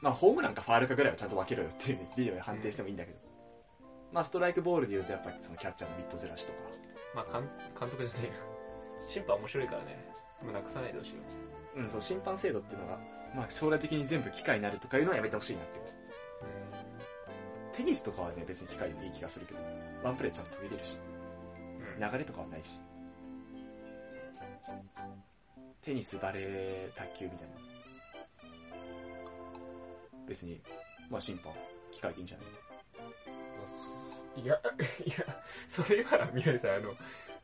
[SPEAKER 2] まあホームランかファールかぐらいはちゃんと分けろよっていうビデオで判定してもいいんだけど、まあストライクボールで言うとやっぱりそのキャッチャーのミットずらしとか
[SPEAKER 1] まあ監監督じゃねえよ審判面白いからねもうなくさないでほしいよ
[SPEAKER 2] うん、その審判制度っていうのが、まあ、将来的に全部機械になるとかいうのはやめてほしいなって。テニスとかはね、別に機械でもいい気がするけど、ワンプレーちゃんと途切れるし、
[SPEAKER 1] うん
[SPEAKER 2] 流れとかはないし。テニス、バレー、卓球みたいな。別に、まあ審判、機械でいいんじゃない
[SPEAKER 1] いや、 いや、それは、宮根さん、あの、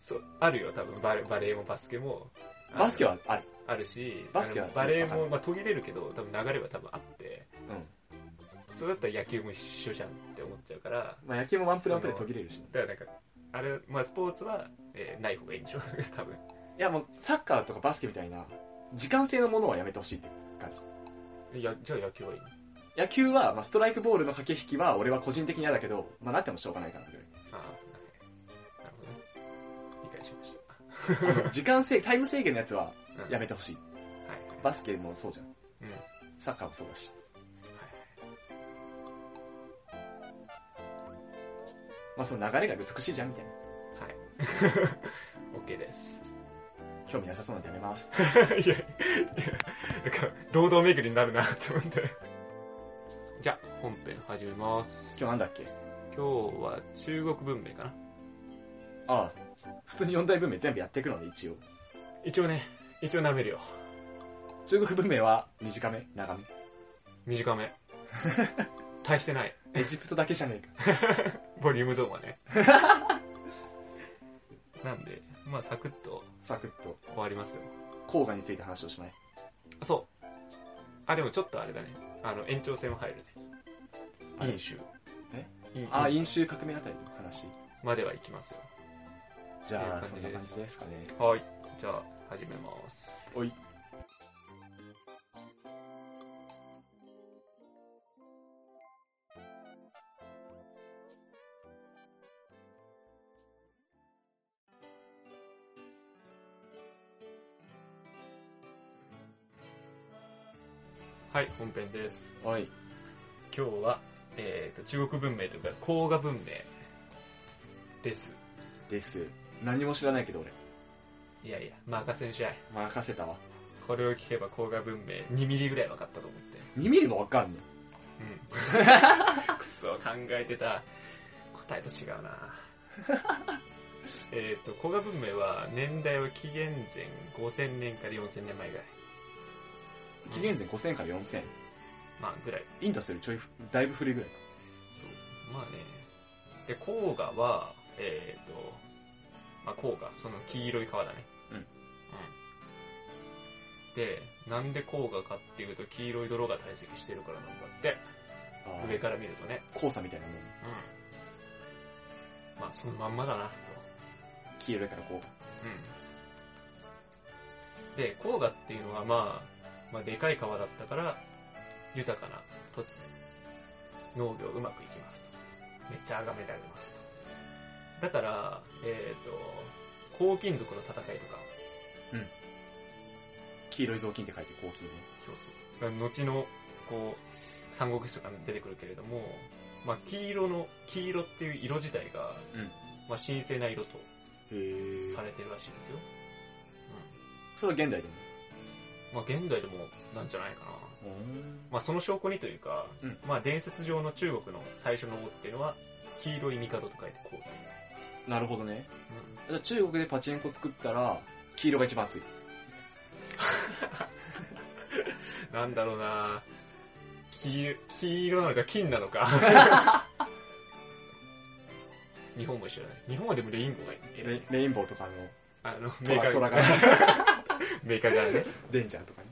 [SPEAKER 1] そう、あるよ、多分、バレバレーもバスケも。あの
[SPEAKER 2] バスケはある。
[SPEAKER 1] あるし、
[SPEAKER 2] バスケは
[SPEAKER 1] あのバレーも、まあ、途切れるけど、多分流れは多分あって、
[SPEAKER 2] うん。
[SPEAKER 1] それだったら野球も一緒じゃんって思っちゃうから、だか
[SPEAKER 2] まあ野球もワンプレーワンプレー途切れるし、
[SPEAKER 1] らなんか、あれ、まあ、スポーツは、えーない方がいいんでしょ 多分。
[SPEAKER 2] いやもうサッカーとかバスケみたいな、時間制のものはやめてほしいっていう感じ。
[SPEAKER 1] えやじゃあ野球はいいの
[SPEAKER 2] 野球は、まあ、ストライクボールの駆け引きは俺は個人的に嫌だけど、まあ、なってもしょうがないかなぐらい
[SPEAKER 1] ああなるほどね理解しまし
[SPEAKER 2] あの時間制タイム制限のやつは
[SPEAKER 1] た、うん
[SPEAKER 2] やめてほしい
[SPEAKER 1] はいはい
[SPEAKER 2] バスケもそうじゃん
[SPEAKER 1] うんはい
[SPEAKER 2] サッカーもそうだし、まあ、その流れが美しいじゃんみたいな
[SPEAKER 1] はい OK です
[SPEAKER 2] 興味なさそうなんでやめます
[SPEAKER 1] いやいやなんか堂々巡りになるなと思ってじゃあ本編始めます
[SPEAKER 2] 今日なんだっけ
[SPEAKER 1] 今日は中国文明かな
[SPEAKER 2] ああ普通に四大文明全部やっていくので一応
[SPEAKER 1] 一応ね一応舐めるよ
[SPEAKER 2] 中国文明は短め長め
[SPEAKER 1] 短 め大してない
[SPEAKER 2] エジプトだけじゃね えか
[SPEAKER 1] ボリュームゾーンはね なんでまあサクッと
[SPEAKER 2] サクッと
[SPEAKER 1] 終わりますよ
[SPEAKER 2] 黄河について話をしない
[SPEAKER 1] あそうあでもちょっとあれだねあの延長戦は入るね
[SPEAKER 2] いい
[SPEAKER 1] 飲酒
[SPEAKER 2] え
[SPEAKER 1] 飲
[SPEAKER 2] ああ
[SPEAKER 1] 酒
[SPEAKER 2] 飲酒革命あたりの話
[SPEAKER 1] までは行きますよ
[SPEAKER 2] じゃあ
[SPEAKER 1] って
[SPEAKER 2] そ
[SPEAKER 1] い
[SPEAKER 2] ん
[SPEAKER 1] う感じです
[SPEAKER 2] な感じですかね
[SPEAKER 1] はいじゃあ始めます
[SPEAKER 2] おい
[SPEAKER 1] はい本編です
[SPEAKER 2] おい
[SPEAKER 1] 今日は、えー、と中国文明というか黄河文明です
[SPEAKER 2] です何も知らないけど俺
[SPEAKER 1] いやいや任せんしゃい
[SPEAKER 2] 任せたわ
[SPEAKER 1] これを聞けば黄河文明2ミリぐらい分かったと思って
[SPEAKER 2] 2ミリもわかんね
[SPEAKER 1] うん くそ考えてた答えと違うなえっと古賀文明は年代は紀元前5000年から4000年前ぐらい
[SPEAKER 2] え紀元前5000から4000
[SPEAKER 1] まあぐらい
[SPEAKER 2] インタスよりちょいだいぶ古いぐらい
[SPEAKER 1] そうまあねで黄河はえっ、と、まあ、黄河その黄色い川だね
[SPEAKER 2] うん
[SPEAKER 1] うんでなんで黄河かっていうと黄色い泥が堆積してるからなんだって
[SPEAKER 2] あ
[SPEAKER 1] 上から見るとね
[SPEAKER 2] 黄砂みたいなもん
[SPEAKER 1] うんまあそのまんまだなと
[SPEAKER 2] 黄色いから黄
[SPEAKER 1] うん。で、黄河っていうのは、まあ、まあ、でかい川だったから、豊かな土地、農業うまくいきますと。めっちゃ崇められますと。だから、えっ、と、黄金属の戦いとか、
[SPEAKER 2] 黄色い雑巾って書いて黄金ね
[SPEAKER 1] そうそう。後の、こう、三国志とかに出てくるけれども、まあ、黄色の、黄色っていう色自体が、
[SPEAKER 2] うん
[SPEAKER 1] まあ、神聖な色と
[SPEAKER 2] へ
[SPEAKER 1] されてるらしいですよ。うん。
[SPEAKER 2] それは現代でも
[SPEAKER 1] まあ、現代でもなんじゃないかな。
[SPEAKER 2] うん
[SPEAKER 1] まあ、その証拠にというか、
[SPEAKER 2] うん
[SPEAKER 1] まあ、伝説上の中国の最初の王っていうのは、黄色い帝と書いてこうだ、
[SPEAKER 2] なるほどねじゃあ中国でパチンコ作ったら黄色が一番熱い
[SPEAKER 1] なんだろうな黄黄色なのか金なのか。 日本も一緒だね。日本はでもレインボーがいい
[SPEAKER 2] レイレインボーとかの
[SPEAKER 1] あの、
[SPEAKER 2] ト
[SPEAKER 1] メーカ
[SPEAKER 2] ラト
[SPEAKER 1] ー
[SPEAKER 2] ラ
[SPEAKER 1] が、
[SPEAKER 2] が
[SPEAKER 1] メーカーがね。
[SPEAKER 2] デンジャーとかね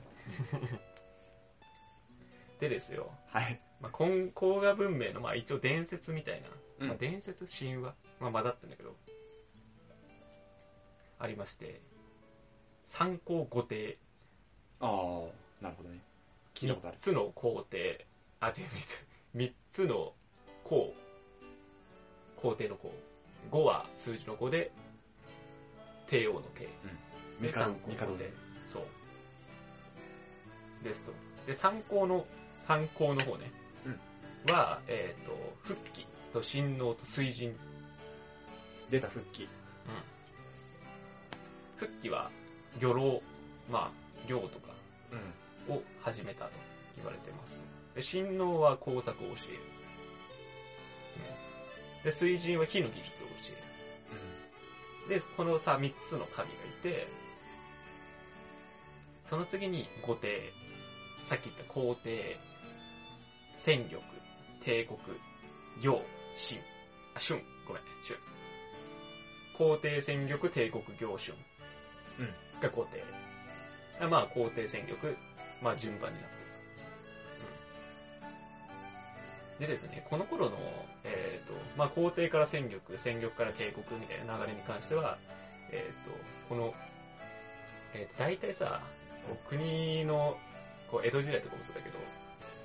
[SPEAKER 1] でですよ、
[SPEAKER 2] はい
[SPEAKER 1] まあ、今黄河文明の、まあ、一応伝説みたいな、
[SPEAKER 2] うん
[SPEAKER 1] まあ、伝説神話、まあ、混ざったんだけど、ありまして、三皇五帝。
[SPEAKER 2] ああなるほどね聞いたことあ
[SPEAKER 1] 3
[SPEAKER 2] る
[SPEAKER 1] つの皇帝あ違う3つ3つの皇皇帝の皇5は数字の5で帝王の帝
[SPEAKER 2] ミカド
[SPEAKER 1] 三皇
[SPEAKER 2] ミカドで
[SPEAKER 1] そうですとで三皇の三皇の方ね、は、えっと復帰と神皇と水神、
[SPEAKER 2] 出た復帰
[SPEAKER 1] 復帰は魚老まあ漁とか
[SPEAKER 2] うん
[SPEAKER 1] を始めたと言われてます。で、神農は工作を教える。うん、で、水神は火の技術を教える。で、このさ、三つの神がいて、その次に五帝、さっき言った皇帝、戦玉、帝国、行、神、あ、春、ごめん、春。皇帝、戦玉、帝国、行、春。
[SPEAKER 2] うん
[SPEAKER 1] が皇帝。あまあ、皇帝、戦玉、まあ、順番になってると。うん。でですね、この頃の、えっ、と、まあ、皇帝から戦力、戦力から帝国みたいな流れに関しては、えっ、と、この、えーと、大体さ、こう国のこう江戸時代とかもそうだけど、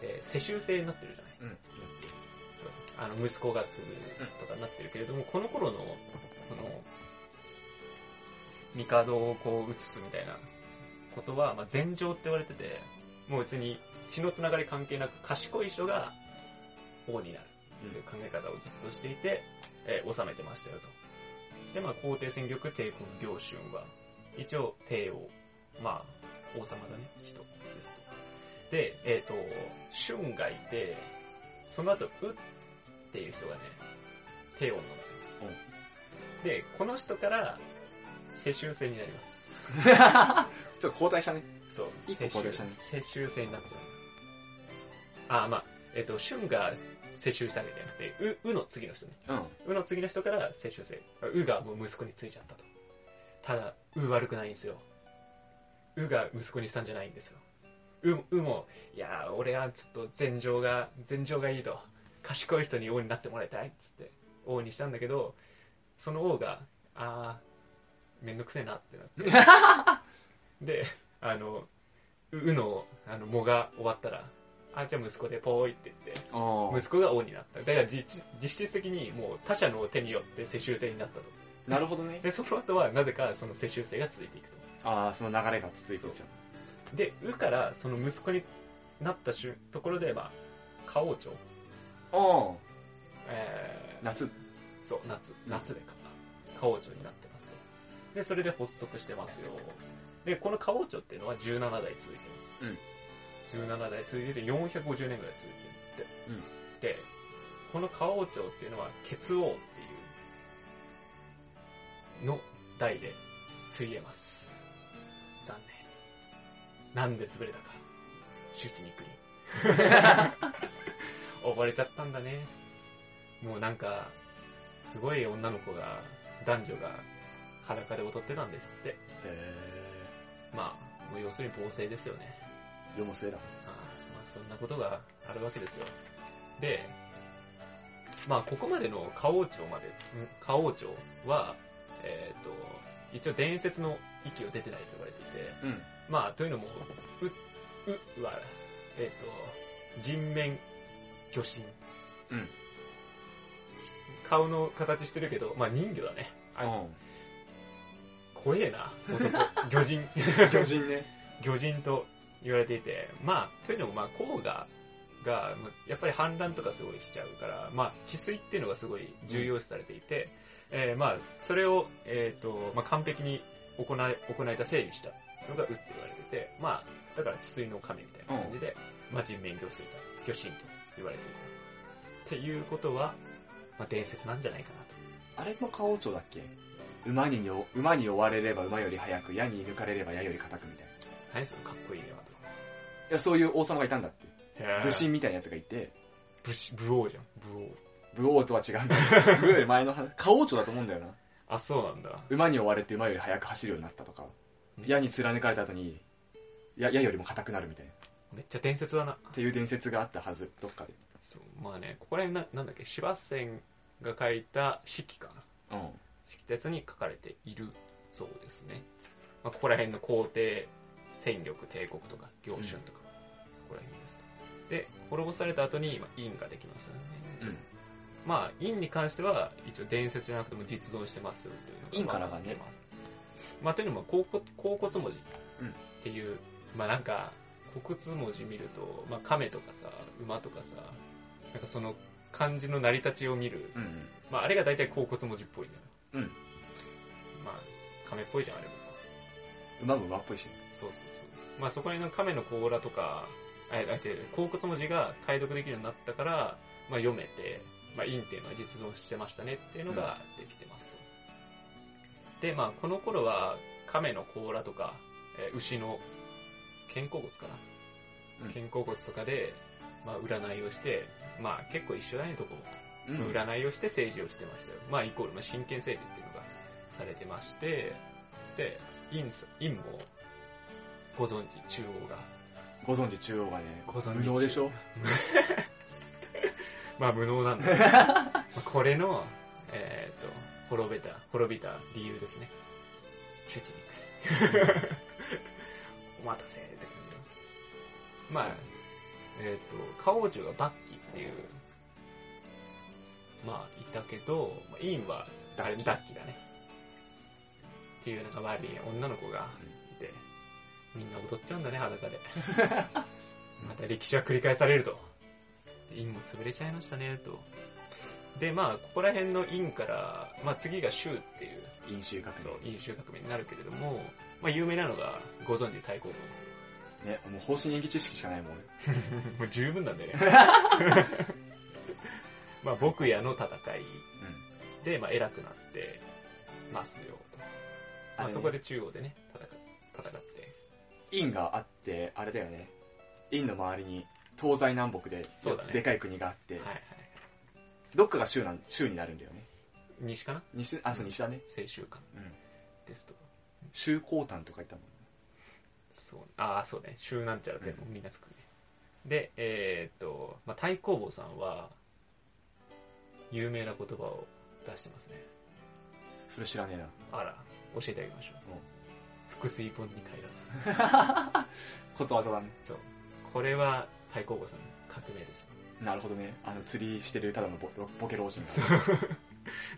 [SPEAKER 1] えー世襲制になってるじゃない
[SPEAKER 2] うん。
[SPEAKER 1] あの、息子が継ぐとかになってるけれども、この頃の、その、帝をこう移すみたいなことは、まあ、禅譲って言われてて、もう別に血のつながり関係なく賢い人が王になるっていう考え方をずっとしていて、えー治めてましたよと。で、まあ、皇帝戦玉、帝国行春は、一応帝王、まあ、王様だね、人です。で、えっ、と、春がいて、その後、うっていう人がね、帝王なのよ。で、この人から、世襲制になりま
[SPEAKER 2] ちょっと交代したね。
[SPEAKER 1] す。そう。
[SPEAKER 2] 一個
[SPEAKER 1] 世襲
[SPEAKER 2] 高齢者ね
[SPEAKER 1] 世襲制になっちゃう。あ、まあ、えっ、と、春が世襲したわけじゃなくて、う、うの次の人ね。
[SPEAKER 2] うん。
[SPEAKER 1] うの次の人から世襲制。うがもう息子についちゃったと。ただ、う悪くないんですよ。うが息子にしたんじゃないんですよ。う、うも、いやー、俺はちょっと禅情が、禅情がいいと。賢い人に王になってもらいたいっつって、王にしたんだけど、その王が、あー、めんどくせえなってなって。で、あの、ううの、あの、藻が終わったら、あ、じゃあ息子でぽーいって言って、
[SPEAKER 2] おー
[SPEAKER 1] 息子が王になった。だから実実質的にもう他者の手によって世襲制になったと。
[SPEAKER 2] なるほどね。
[SPEAKER 1] で、その後はなぜかその世襲制が続いていくと。
[SPEAKER 2] ああ、その流れが続いていっちゃう。
[SPEAKER 1] で、うからその息子になったしゅところで、まあ、花王朝、
[SPEAKER 2] おー
[SPEAKER 1] えー、
[SPEAKER 2] 夏。
[SPEAKER 1] そう、夏、夏でか。花王朝になってますと。で、それで発足してますよ。で、この花王朝っていうのは17代続いてます。うん。17代続いてて450年ぐらい続いてるって。
[SPEAKER 2] うん
[SPEAKER 1] で、この花王朝っていうのは、血王っていう、の代で、ついえます。残念。なんで潰れたか。周知にくり。 溺れちゃったんだね。もうなんか、すごい女の子が、男女が裸で踊ってたんですって。
[SPEAKER 2] え
[SPEAKER 1] まあ、もう要するに暴政ですよね。
[SPEAKER 2] ー、世も末だ。
[SPEAKER 1] ああまあ、そんなことがあるわけですよ。で、まあ、ここまでの花王朝まで、ん花王朝は、えっ、と、一応伝説の域を出てないと言われていて、
[SPEAKER 2] うん。
[SPEAKER 1] まあ、というのも、う、うは、えっ、と、人面魚神。
[SPEAKER 2] うん。
[SPEAKER 1] 顔の形してるけど、まあ人魚だね。あ
[SPEAKER 2] う
[SPEAKER 1] 怖えな、男。魚人。
[SPEAKER 2] ん。巨人ね。
[SPEAKER 1] 魚人と言われていて、まあ、というのも、まあ、黄河が、まあやっぱり氾濫とかすごいしちゃうから、まあ、治水っていうのがすごい重要視されていて、えーまあ、それを、えっ、と、まあ、完璧に行い、行えた整理したのが、うって言われてて、まあ、だから治水の神みたいな感じで、まあ、人面魚水と、魚神と言われていた。っていうことは、まあ、伝説なんじゃないかなと。
[SPEAKER 2] あれも花王朝だっけ馬によ、馬に追われれば馬より速く、矢に抜かれれば矢より固くみたいな。い
[SPEAKER 1] 何そのかっこいいね、
[SPEAKER 2] や、そういう王様がいたんだって。
[SPEAKER 1] また。
[SPEAKER 2] 武神みたいなやつがいて、
[SPEAKER 1] 武士。武王じゃん、武王。
[SPEAKER 2] 武王とは違うんだよ。武王より前の話、花王朝だと思うんだよな。
[SPEAKER 1] あ、そうなんだ。
[SPEAKER 2] 馬に追われて馬より速く走るようになったとか、矢に貫かれた後に、矢矢よりも硬くなるみたいな。
[SPEAKER 1] めっちゃ伝説だな。
[SPEAKER 2] っていう伝説があったはず、どっかで。
[SPEAKER 1] そうまあねここら辺ななんだっけ柴千が書いた四季かな
[SPEAKER 2] うん。
[SPEAKER 1] 四季ってやつに書かれているそうですね、まあ、ここら辺の皇帝戦力帝国とか行春とか、ここら辺ですねで滅ぼされた後に、まあ、陰ができますよね、
[SPEAKER 2] うん。
[SPEAKER 1] まあ陰に関しては一応伝説じゃなくても実存してますというの
[SPEAKER 2] 陰からがね
[SPEAKER 1] 出ますまあというのも甲骨甲骨文字
[SPEAKER 2] うん
[SPEAKER 1] っていう、まあなんか甲骨文字見ると、まあ、亀とかさ馬とかさなんかその漢字の成り立ちを見る、
[SPEAKER 2] うん。
[SPEAKER 1] まあ、あれが大体甲骨文字っぽいのよ
[SPEAKER 2] うん
[SPEAKER 1] まあ亀っぽいじゃんあれも
[SPEAKER 2] 馬も馬っぽいしね。
[SPEAKER 1] そうそうそうまあそこら辺の亀の甲羅とかああ違う違う甲骨文字が解読できるようになったから、まあ、読めて、まあ、陰っていうのは実存してましたねっていうのができてますと、でまあこの頃は亀の甲羅とか、えー牛の肩甲骨かな、
[SPEAKER 2] うん
[SPEAKER 1] 肩甲骨とかで、まあ、占いをしてまあ結構一緒だねとこも
[SPEAKER 2] うん
[SPEAKER 1] 占いをして政治をしてましたよ。まあ、イコール、まあ、真剣政治っていうのがされてまして、で、陰さ、陰も、ご存知、中央が。
[SPEAKER 2] ご存知中央がね、
[SPEAKER 1] ご存知
[SPEAKER 2] 無能でしょ
[SPEAKER 1] まあ、無能 なんだけどまあこれの、えっ、と、滅べた、滅びた理由 ですね。主人お待たせって感じの。まあ、えっ、と、花王中がバッキっていう、まあ、いたけど、まあ、インは、あれ、ダッキだね。っていう、なんか悪い女の子がいて、みんな踊っちゃうんだね、裸で。また歴史は繰り返されると。インも潰れちゃいましたね、と。で、まあ、ここら辺のインから、まあ次が州っていう、
[SPEAKER 2] 飲酒革
[SPEAKER 1] そう、飲酒革命になるけれども、まあ有名なのが、ご存知太鼓
[SPEAKER 2] 命。ね、もう方針演技知識しかないもん俺。
[SPEAKER 1] 門。もう十分なんだよね。 まあ僕やの戦いで、まあ偉くなってますよ、と。ま
[SPEAKER 2] あ
[SPEAKER 1] あ
[SPEAKER 2] れ
[SPEAKER 1] そこで中央でね、戦戦って。
[SPEAKER 2] 院があって、あれだよね。院の周りに東西南北で
[SPEAKER 1] そう
[SPEAKER 2] 4
[SPEAKER 1] だね
[SPEAKER 2] つでかい国があって、
[SPEAKER 1] はいはい。
[SPEAKER 2] どっかが州なん州になるんだよね。
[SPEAKER 1] 西かな
[SPEAKER 2] 西、あ、そう、西だね。
[SPEAKER 1] 青州か。
[SPEAKER 2] うん。
[SPEAKER 1] ですと。
[SPEAKER 2] 州高丹とか言ったもんね。
[SPEAKER 1] そう、ああ、そうね。州なんちゃらってもうみんなつくね。で、えーっと、まあ太公坊さんは、有名な言葉を出してますね。
[SPEAKER 2] それ知らねえな。
[SPEAKER 1] あら、教えてあげましょう。腹水盆に開脱。
[SPEAKER 2] ことわざだね。
[SPEAKER 1] そう。これは、太公坊さんの革命です。
[SPEAKER 2] なるほどね。あの、釣りしてるただのボボケ老人
[SPEAKER 1] そ
[SPEAKER 2] が。
[SPEAKER 1] う。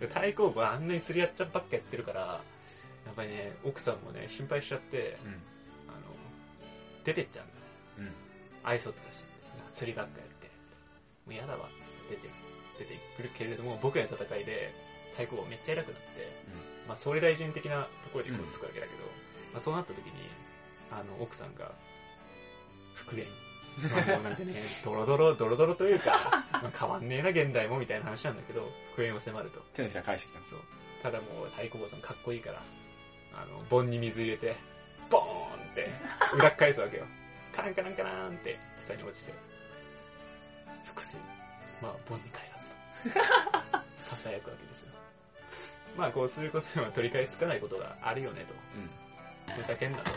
[SPEAKER 1] 太公坊はあんなに釣りやっちゃばっかやってるから、やっぱりね、奥さんもね、心配しちゃって、
[SPEAKER 2] う
[SPEAKER 1] あの、出てっちゃうんだ。
[SPEAKER 2] ん。うん。
[SPEAKER 1] 愛想つかしちゃって。釣りばっかやって。もう嫌だわ、つって出て、出てくるけれども、僕らの戦いで、太公坊めっちゃ偉くなって、まあ、総理大臣的なところでこうつくわけだけど、まあ、そうなった時に、あの、奥さんが、復元。まあ、もうなんかね、ドロドロ、ドロドロというか、まあ、変わんねえな、現代も、みたいな話なんだけど、復元を迫ると。
[SPEAKER 2] 手のひら返してきたんです。
[SPEAKER 1] そう。ただもう、太鼓坊さんかっこいいから、あの、盆に水入れて、ボーンって、裏返すわけよ。 カランカランカランって、下に落ちて。伏線。まあ、盆に返らずと。ささやくわけですよ。まあ、こうすることでは取り返しつかないことがあるよね、と。
[SPEAKER 2] うん。
[SPEAKER 1] ふざけんなと。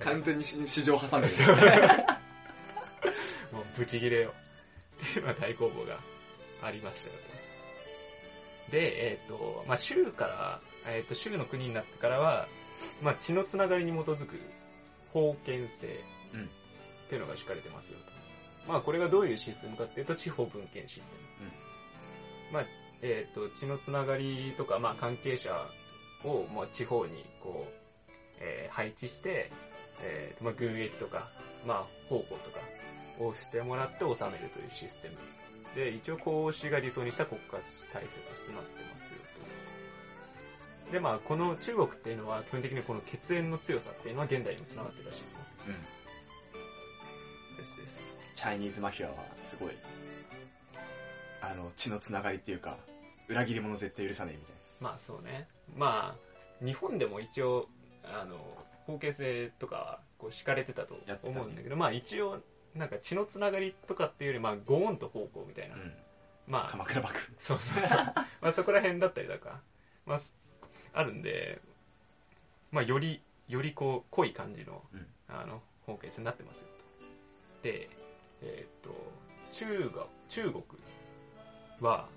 [SPEAKER 2] 完全 に市場挟んでる。
[SPEAKER 1] もうブチギレよ。っていう、まあ、大公募がありましたよと。で、えっ、と、まあ、州から、えっ、と、州の国になってからは、まあ、血のつながりに基づく封建制
[SPEAKER 2] うん
[SPEAKER 1] っていうのが敷かれてますよと。まあ、これがどういうシステムかっていうと、地方分権システム。まあ、えっ、と、血のつながりとか、まあ、関係者を、まあ、地方に、こう、えー配置して、えーとまあ、軍役とか、まあ、奉公とか、をしてもらって治めるというシステム。で、一応孔子が理想にした国家体制としてなってますよと。で、まあ、この中国っていうのは基本的にこの血縁の強さっていうのは現代にも繋がってるらしいですよ。
[SPEAKER 2] うん。
[SPEAKER 1] ですです。
[SPEAKER 2] チャイニーズマフィアはすごい、あの、血のつながりっていうか、裏切り者絶対許さねえみたい
[SPEAKER 1] まあそうね。まあ、日本でも一応、あの、法系制とかはこう敷かれてたと
[SPEAKER 2] やってたね
[SPEAKER 1] 思うんだけど、まあ一応、なんか血のつながりとかっていうより、まあ、ご恩と奉公みたいな。
[SPEAKER 2] な。うん。
[SPEAKER 1] まあ、
[SPEAKER 2] 鎌倉幕府。
[SPEAKER 1] そうそうそう。まあそこら辺だったりだとか、まあす、あるんで、まあより、よりこう、濃い感じの、
[SPEAKER 2] うん
[SPEAKER 1] あの、方形線になってますよと。で、えーっと、中が、中国は、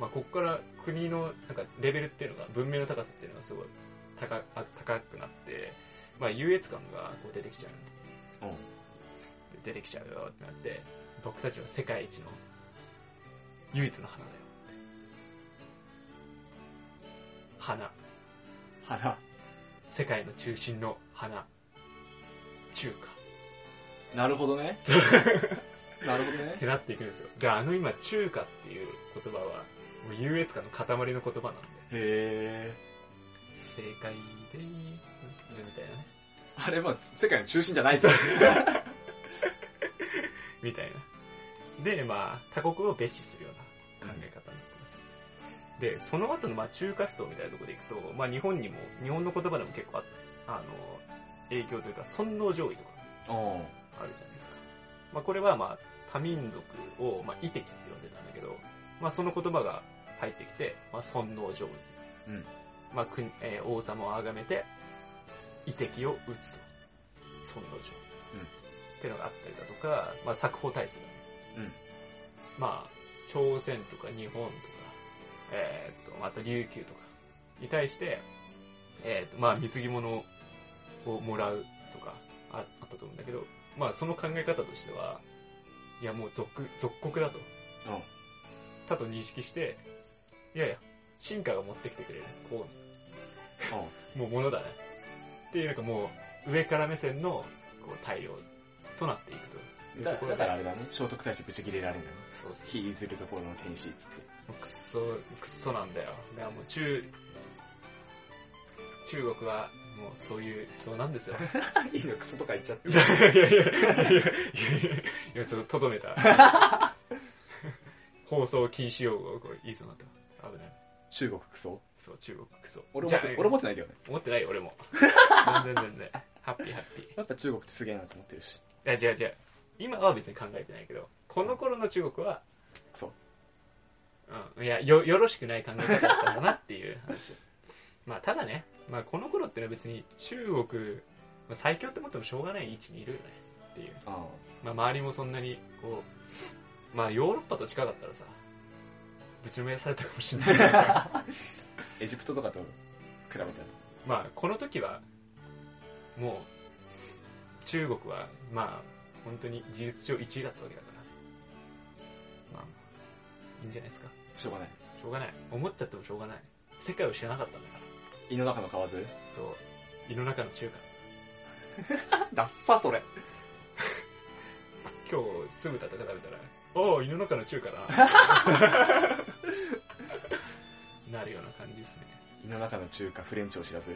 [SPEAKER 1] まあここから国のなんかレベルっていうのが、文明の高さっていうのがすごい高あ高くなって、まあ優越感がこう出てきちゃう。
[SPEAKER 2] うん。
[SPEAKER 1] 出てきちゃうよってなって、僕たちは世界一の唯一の花だよって。花。
[SPEAKER 2] 花。
[SPEAKER 1] 世界の中心の花。中華。
[SPEAKER 2] なるほど ね。なるほど
[SPEAKER 1] っ
[SPEAKER 2] ね。
[SPEAKER 1] てなっていくんですよ。で、あの今、中華っていう言葉は、もう優越感の塊の言葉なんで、
[SPEAKER 2] へー。
[SPEAKER 1] 正解でいい、みたいなね。
[SPEAKER 2] あれ、まあ、世界の中心じゃないぞ。
[SPEAKER 1] みたいな。で、まあ、他国を蔑視するような考え方になってます。で、その後の、まあ、中華思想みたいなところでいくと、まあ、日本にも、日本の言葉でも結構あ、あの、影響というか、尊王攘夷とか
[SPEAKER 2] うん。
[SPEAKER 1] あるじゃないですか。まあ、これは、まあ、多民族を、まあ、異敵って呼んでたんだけど、まあ、その言葉が入ってきて、まあ、尊王攘夷。
[SPEAKER 2] うん
[SPEAKER 1] まあ、国、えー王様を崇めて、異敵を打つ。尊王攘夷。
[SPEAKER 2] うん
[SPEAKER 1] っていうのがあったりだとか、まあ、作法体制だね。
[SPEAKER 2] うん。
[SPEAKER 1] まあ、朝鮮とか日本とか、えーっと、また琉球とかに対して、えーっと、まあ、貢ぎ物をもらうとかああったと思うんだけど、まあその考え方としては、いやもう属、属国だと。
[SPEAKER 2] うん
[SPEAKER 1] だと認識して、いやいや、進化が持ってきてくれる。こう、もうものだね。っていう、なんかもう、上から目線の、こう、対応となっていくと。
[SPEAKER 2] うんだだからあれだね聖徳太子ぶち切れられるんだね
[SPEAKER 1] そうそう
[SPEAKER 2] 火譲るところの天使っつって
[SPEAKER 1] もうくっそ、くっそなんだよ。だからもう中、中国はもうそういう思想なんですよ。
[SPEAKER 2] いいのクソとか言っちゃって
[SPEAKER 1] いやいやいやいやいやいや、ちょっととどめた。放送禁止用語をこう言いそうになった。危ない。
[SPEAKER 2] 中国クソ
[SPEAKER 1] そう、中国クソ。
[SPEAKER 2] 俺
[SPEAKER 1] じ
[SPEAKER 2] 持
[SPEAKER 1] ゃ
[SPEAKER 2] って
[SPEAKER 1] あ
[SPEAKER 2] 俺持ってないけどね
[SPEAKER 1] 思ってないよ俺も。全然全然。ハッピーハッピー。
[SPEAKER 2] やっぱ中国ってすげえなと思ってるし
[SPEAKER 1] いや、違う違う。今は別に考えてないけど、この頃の中国は、
[SPEAKER 2] クソ
[SPEAKER 1] うん、いやよ、よろしくない考え方だったんだなっていう話。 まあ、ただね、まあ、この頃ってのは別に中国、まあ最強って思ってもしょうがない位置にいるよねっていう。
[SPEAKER 2] あ
[SPEAKER 1] まあ、周りもそんなに、こう、まあ、ヨーロッパと近かったらさ、ぶちのめされたかもしれないけどさ。
[SPEAKER 2] あエジプトとかと比べたら
[SPEAKER 1] まあ、この時は、もう、中国は、まあ、本当に事実上1位だったわけだから。まあ、いいんじゃないですか。
[SPEAKER 2] しょうがない
[SPEAKER 1] しょうがない。思っちゃってもしょうがない。世界を知らなかったんだか
[SPEAKER 2] 胃の中の蛙
[SPEAKER 1] ら。そう。胃の中の中華。
[SPEAKER 2] ダッサそれ
[SPEAKER 1] 今日、酢豚とか食べたら、おお、胃の中の中華だ。 なるような感じですね。
[SPEAKER 2] 胃の中の中華フレンチを知らず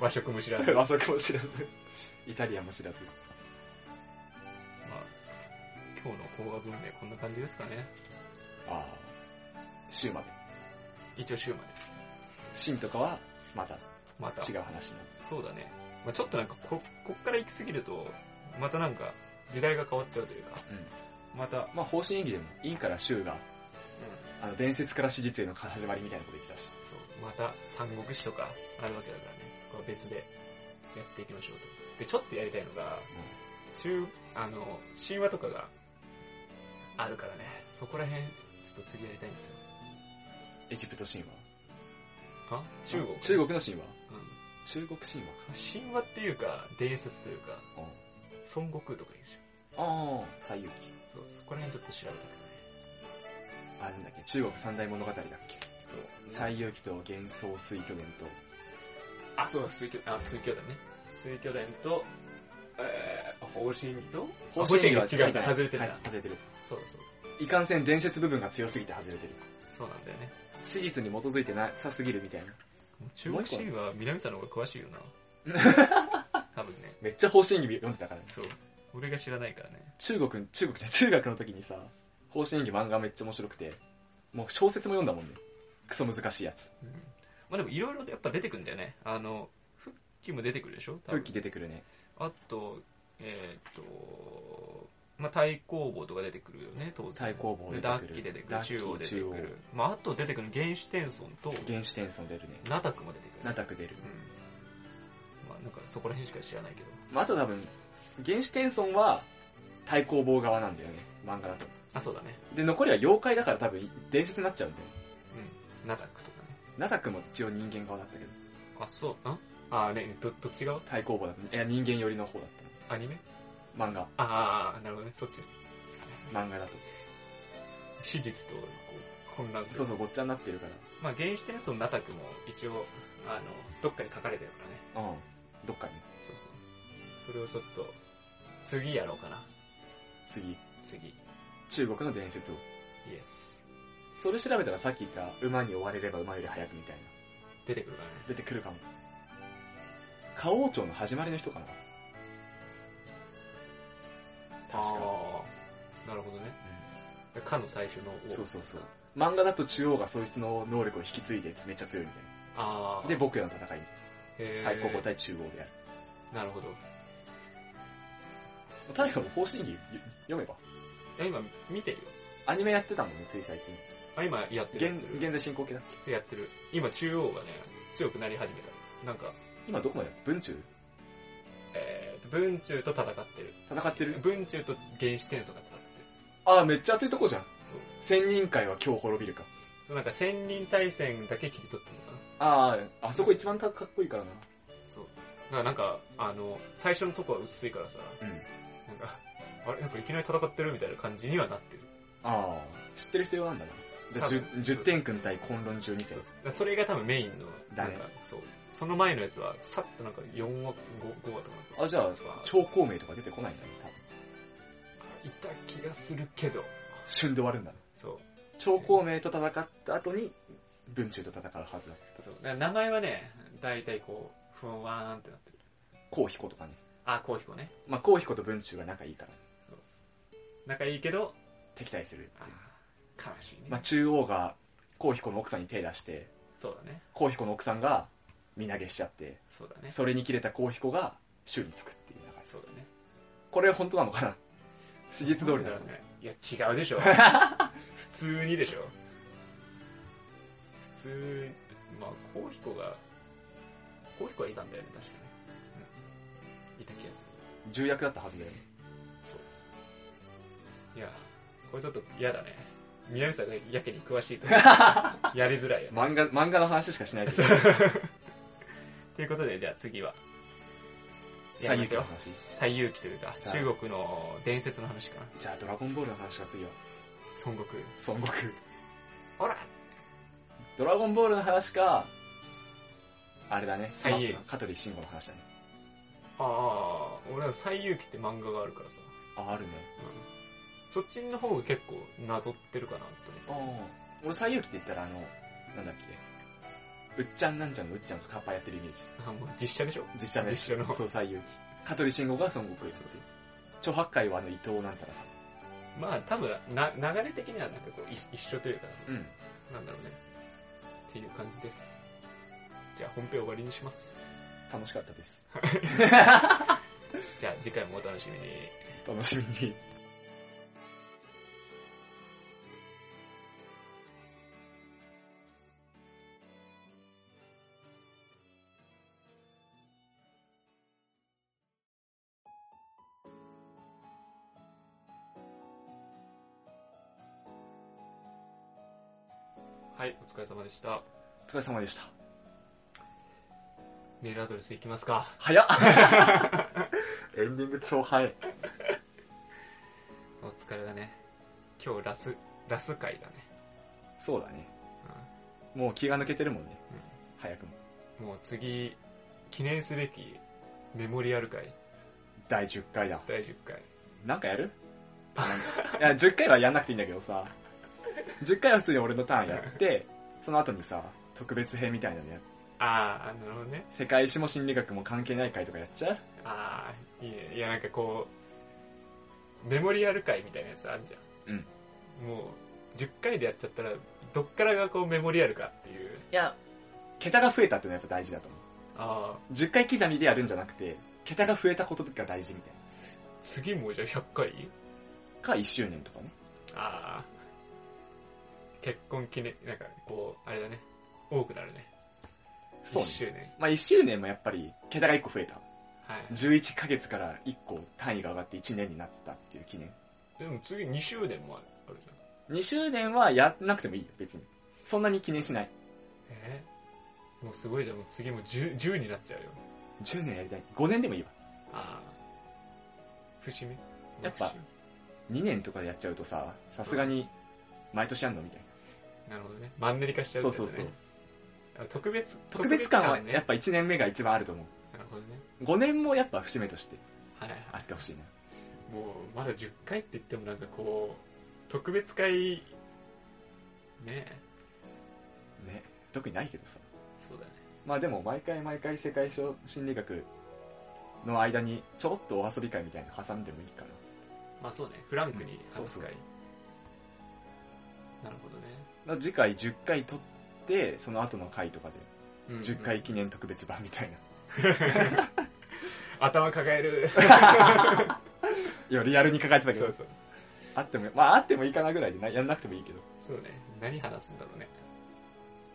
[SPEAKER 1] 和食も知らず。 ま
[SPEAKER 2] 和食を知らずイタリアンも知らず
[SPEAKER 1] あ、今日の講和文明こんな感じですかね。
[SPEAKER 2] ああ週まで
[SPEAKER 1] 一応週まで。
[SPEAKER 2] シンとかはまた
[SPEAKER 1] また。
[SPEAKER 2] 違う話になる
[SPEAKER 1] そうだね。まあ、ちょっとなんかこ、こっから行き過ぎると、またなんか、時代が変わっちゃうというか、また、うん、
[SPEAKER 2] まあ方針演技でも陰から衆があの伝説から史実への始まりみたいなこと言ってたし
[SPEAKER 1] そう、また三国志とかあるわけだからね、そこは別でやっていきましょうと。で、ちょっとやりたいのが、中、あの、神話とかがあるからね、そこら辺、ちょっと次やりたいんですよ。
[SPEAKER 2] エジプト神話
[SPEAKER 1] あ中国
[SPEAKER 2] 中国の神話
[SPEAKER 1] うん。ま
[SPEAKER 2] 中国神話か
[SPEAKER 1] あ神話っていうか、伝説というか、
[SPEAKER 2] うん
[SPEAKER 1] 孫悟空とか言うじ
[SPEAKER 2] ああ西遊記
[SPEAKER 1] ゃん。そう、そこら辺ちょっと調べたくない。
[SPEAKER 2] あなんだっけ中国三大物語だっけ
[SPEAKER 1] そう
[SPEAKER 2] 西遊記と幻想水巨伝と
[SPEAKER 1] あ、そうだ、水鏡、あ、水鏡だね。水鏡伝と、えー、方針とあ
[SPEAKER 2] は
[SPEAKER 1] 違う、
[SPEAKER 2] はい
[SPEAKER 1] 外れてた。
[SPEAKER 2] はい外れてる
[SPEAKER 1] そうそう。
[SPEAKER 2] いかんせん伝説部分が強すぎて外れてる
[SPEAKER 1] そうなんだよね。
[SPEAKER 2] 史実に基づいてなさすぎるみたいな
[SPEAKER 1] 中国シーンは南さんの方が詳しいよ な。多分ね。
[SPEAKER 2] めっちゃ方針儀読んでたからね
[SPEAKER 1] そう。俺が知らないからね。
[SPEAKER 2] 中国中国じゃない中学の時にさ方針儀漫画めっちゃ面白くてもう小説も読んだもんねクソ難しいやつ
[SPEAKER 1] うん。まあでもいろいろやっぱ出てくるんだよね。あの、復帰も出てくるでしょ多分
[SPEAKER 2] 復帰出てくるね
[SPEAKER 1] あと、えーっと、まあ、対抗棒とか出てくるよね、当然。
[SPEAKER 2] 太公棒
[SPEAKER 1] で、
[SPEAKER 2] 出て
[SPEAKER 1] ダ
[SPEAKER 2] く
[SPEAKER 1] ッキ
[SPEAKER 2] る
[SPEAKER 1] 出てくる、中央出てく
[SPEAKER 2] 中
[SPEAKER 1] る。まあ、あと出てくる原始天孫と、
[SPEAKER 2] 央原始天孫出るね
[SPEAKER 1] ナタクも出てくる。
[SPEAKER 2] ナタク出る
[SPEAKER 1] うんまあなんかそこら辺しか知らないけど。
[SPEAKER 2] まあ、あと多分、原始天孫は対抗棒側なんだよね、漫画だと。
[SPEAKER 1] あ、そうだね。
[SPEAKER 2] で、残りは妖怪だから多分伝説になっちゃうんだよ。
[SPEAKER 1] うん。ナタクとかね。
[SPEAKER 2] ナタクも一応人間側だったけど、
[SPEAKER 1] あ、そう。んあ、ね、ど、どっち側
[SPEAKER 2] 対抗棒だった。いや、人間寄りの方だっ
[SPEAKER 1] アニメ
[SPEAKER 2] た。漫画、
[SPEAKER 1] あああ、なるほどね。そっち。
[SPEAKER 2] 漫画だと。
[SPEAKER 1] 史実と、こう、混乱する。
[SPEAKER 2] そうそう、ごっちゃになってるか
[SPEAKER 1] まあ原始天孫ナタクも一応、あの、どっかに書かれてるからね。
[SPEAKER 2] ら。うん。どっかに、ね、
[SPEAKER 1] そうそう。それをちょっと、次やろうかな。
[SPEAKER 2] 次、
[SPEAKER 1] 次。イ
[SPEAKER 2] 中国の伝説を。
[SPEAKER 1] エス。
[SPEAKER 2] それ調べたらさっき言った、馬に追われれば馬より早くみたいな。
[SPEAKER 1] 出てくるからね。
[SPEAKER 2] 出てくるかも。花王朝の始まりの人かな確か。
[SPEAKER 1] あー。なるほどね。
[SPEAKER 2] うん
[SPEAKER 1] かの最初の王
[SPEAKER 2] そうそうそう。漫画だと中央がそいつの能力を引き継いでめっちゃ強いみたい
[SPEAKER 1] あ
[SPEAKER 2] な。
[SPEAKER 1] あ。
[SPEAKER 2] で、、僕らの戦い、
[SPEAKER 1] え
[SPEAKER 2] 対抗5対中央でやる。
[SPEAKER 1] なるほど。
[SPEAKER 2] 太陽の方針儀読めば。
[SPEAKER 1] いや今見てるよ。
[SPEAKER 2] アニメやってたもんね、つい最近。
[SPEAKER 1] あ、今やってる。やって
[SPEAKER 2] 現
[SPEAKER 1] る
[SPEAKER 2] 現在進行形だっけ
[SPEAKER 1] やってる。今中央がね、強くなり始めた。なんか、
[SPEAKER 2] 今どこまで文中
[SPEAKER 1] えーと、文中と戦ってる。
[SPEAKER 2] 戦ってる
[SPEAKER 1] 文中と原始天祖が戦って
[SPEAKER 2] ああ、めっちゃ熱いとこじゃん。
[SPEAKER 1] る。そう。
[SPEAKER 2] 千人会は今日滅びるか。
[SPEAKER 1] そうなんか千人対戦だけ切り取ったのか
[SPEAKER 2] ああ、あそこ一番かかっこいいからな。
[SPEAKER 1] な。そう。からなんか、あの、最初のとこは薄いからさ、
[SPEAKER 2] うん。
[SPEAKER 1] なんか、あれなんかいきなり戦ってるみたいな感じにはなってる。
[SPEAKER 2] ああ、知ってる必要はあんだな。じゃあ、
[SPEAKER 1] 多分
[SPEAKER 2] 10, 10点君対混乱12世
[SPEAKER 1] だ。からそれが多分メインの、
[SPEAKER 2] だ
[SPEAKER 1] な
[SPEAKER 2] ね
[SPEAKER 1] んか、そうその前のやつは、さっとなんか4話、5, 5話とかなんか
[SPEAKER 2] あ、じゃあ
[SPEAKER 1] そう、
[SPEAKER 2] 超孔明とか出てこないんだね、多分。
[SPEAKER 1] いた気がするけど、
[SPEAKER 2] 旬で終わるんだな。
[SPEAKER 1] そう。
[SPEAKER 2] 超孔明と戦った後に、文中と戦うはずだ。
[SPEAKER 1] そうだから名前はね、大体こう、ふんわーんってなってる。
[SPEAKER 2] 孔彦とかね。
[SPEAKER 1] あ、こうひこね。
[SPEAKER 2] まあ、孔彦と文中が仲いいから、
[SPEAKER 1] 仲いいけど、
[SPEAKER 2] 敵対するって
[SPEAKER 1] あ
[SPEAKER 2] い
[SPEAKER 1] ー
[SPEAKER 2] う。
[SPEAKER 1] 悲しいね。
[SPEAKER 2] まあ、中央が、孔彦の奥さんに手出して、
[SPEAKER 1] そうだね。
[SPEAKER 2] 孔彦の奥さんが、身投げしちゃって、
[SPEAKER 1] そうだね。
[SPEAKER 2] それに切れた孔彦が、州につくっていう流れです。
[SPEAKER 1] そうだね。
[SPEAKER 2] これ本当なのかな史実通りだよね。
[SPEAKER 1] ね。いや、違う でしょ。普通にでしょ。普通、まあ、こうひこが、こうひこはいたんだよね、確かね。うん。いた気がする。
[SPEAKER 2] 重役だったはずだよね。
[SPEAKER 1] そうです。いや、これちょっと嫌だね。南さんがやけに詳しいと、 やりづらいよね。
[SPEAKER 2] 漫画、漫画の話しかしないけど、
[SPEAKER 1] ということで、じゃあ次は。
[SPEAKER 2] 最優秀の
[SPEAKER 1] よ
[SPEAKER 2] 話。
[SPEAKER 1] 最勇気というか、
[SPEAKER 2] じゃあ
[SPEAKER 1] 中国の伝説の話かな。
[SPEAKER 2] じゃあ、ドラゴンボールの話が次は、
[SPEAKER 1] 孫悟空。
[SPEAKER 2] 孫悟空。
[SPEAKER 1] ほら
[SPEAKER 2] ドラゴンボールの話か、あれだね、スマ
[SPEAKER 1] はい
[SPEAKER 2] ップの香取慎吾の話だね。
[SPEAKER 1] ああ、俺は最勇気って漫画があるからさ。
[SPEAKER 2] あ、あるね。
[SPEAKER 1] うん。そっちの方が結構なぞってるかなと
[SPEAKER 2] あ俺、最勇気って言ったら、あの、なんだっけ、うっちゃんなんちゃんのうっちゃんがカッパやってるイメージ。
[SPEAKER 1] 思って。あ、もう実写でしょ
[SPEAKER 2] 実写ね。
[SPEAKER 1] 実写の
[SPEAKER 2] そう、最勇気。香取慎吾が孫悟空。超八海はあの伊藤なんたらさ。
[SPEAKER 1] まあ多分な、流れ的にはなんかこうい一緒というか、
[SPEAKER 2] うん。
[SPEAKER 1] なんだろうね。っていう感じです。じゃあ本編終わりにします。
[SPEAKER 2] 楽しかったです。
[SPEAKER 1] じゃあ次回もお楽しみに。
[SPEAKER 2] 楽しみに。
[SPEAKER 1] はい、お疲れ様でした。
[SPEAKER 2] お疲れ様でした。
[SPEAKER 1] メールアドレスいきますか。
[SPEAKER 2] 早っ エンディング超早い。
[SPEAKER 1] お疲れだね。今日ラス、ラス会だね。
[SPEAKER 2] そうだね。もう気が抜けてるもんね。
[SPEAKER 1] うん。
[SPEAKER 2] 早くも。
[SPEAKER 1] うん、もう次、記念すべきメモリアル会
[SPEAKER 2] 第10回だ。
[SPEAKER 1] 第10回。
[SPEAKER 2] なんかやるいや、10回はやんなくていいんだけどさ。10回は普通に俺のターンやって、その後にさ、特別編みたいなのや
[SPEAKER 1] ああ、なるほどね。
[SPEAKER 2] 世界史も心理学も関係ない回とかやっちゃう
[SPEAKER 1] ああ、いいね。いや、なんかこう、メモリアル会みたいなやつあるじゃん。もう、10回でやっちゃったら、どっからがこうメモリアルかっていう。
[SPEAKER 2] いや、桁が増えたってのはやっぱ大事だと思
[SPEAKER 1] ああ、
[SPEAKER 2] う。10回刻みでやるんじゃなくて、桁が増えたことが大事みたい
[SPEAKER 1] 次もうじゃあ100回
[SPEAKER 2] な。か、1周年とかね。
[SPEAKER 1] ああ。結婚記念、なんかこう、あれだね。多くなるね。
[SPEAKER 2] そう
[SPEAKER 1] 1
[SPEAKER 2] ね。
[SPEAKER 1] 周年。
[SPEAKER 2] まあ1周年もやっぱり、桁が1個増えた。
[SPEAKER 1] はい。
[SPEAKER 2] 11ヶ月から1個単位が上がって1年になったっていう記念。
[SPEAKER 1] でも次2周年もあるあるじゃん。
[SPEAKER 2] 2周年はやんなくてもいいよ、別に。そんなに記念しない。
[SPEAKER 1] えー、もうすごいじゃん。もう次も 10, 10になっちゃうよ。
[SPEAKER 2] 10年やりたい。5年でもいいわ。
[SPEAKER 1] ああ。節目
[SPEAKER 2] やっぱ
[SPEAKER 1] 節
[SPEAKER 2] 2年とかでやっちゃうとさ、さすがに、毎年やんのみたい
[SPEAKER 1] 目なるほどね。マンネリ化しちゃ
[SPEAKER 2] な。
[SPEAKER 1] う
[SPEAKER 2] そ
[SPEAKER 1] か
[SPEAKER 2] う
[SPEAKER 1] らね
[SPEAKER 2] そうそう。
[SPEAKER 1] あ特別、
[SPEAKER 2] 特別感は
[SPEAKER 1] 特
[SPEAKER 2] やっぱ1年目が一番あると思
[SPEAKER 1] なるほどね。
[SPEAKER 2] う。5年もやっぱ節目として
[SPEAKER 1] はいはい。
[SPEAKER 2] あってほしいな。
[SPEAKER 1] もう、まだ10回って言ってもなんかこう、特別会、ねえ、
[SPEAKER 2] ね。特にないけどさ。
[SPEAKER 1] そうだね。
[SPEAKER 2] まあでも毎回毎回世界史と心理学の間にちょろっとお遊び会みたいなの挟んでもいいかな。
[SPEAKER 1] まあそうね、フランクに
[SPEAKER 2] そう
[SPEAKER 1] 話す
[SPEAKER 2] そう
[SPEAKER 1] 会。なるほどね。
[SPEAKER 2] だから次回10回撮って、その後の回とか
[SPEAKER 1] うんう
[SPEAKER 2] で
[SPEAKER 1] ん
[SPEAKER 2] 10回記念特別版みたいな。
[SPEAKER 1] 頭抱える。
[SPEAKER 2] いや、リアルに抱えてた け
[SPEAKER 1] そ
[SPEAKER 2] ど
[SPEAKER 1] う。そう。
[SPEAKER 2] あっても、まああってもいいかなぐらいでなやんなくてもいいけど。
[SPEAKER 1] そうね。何話すんだろうね。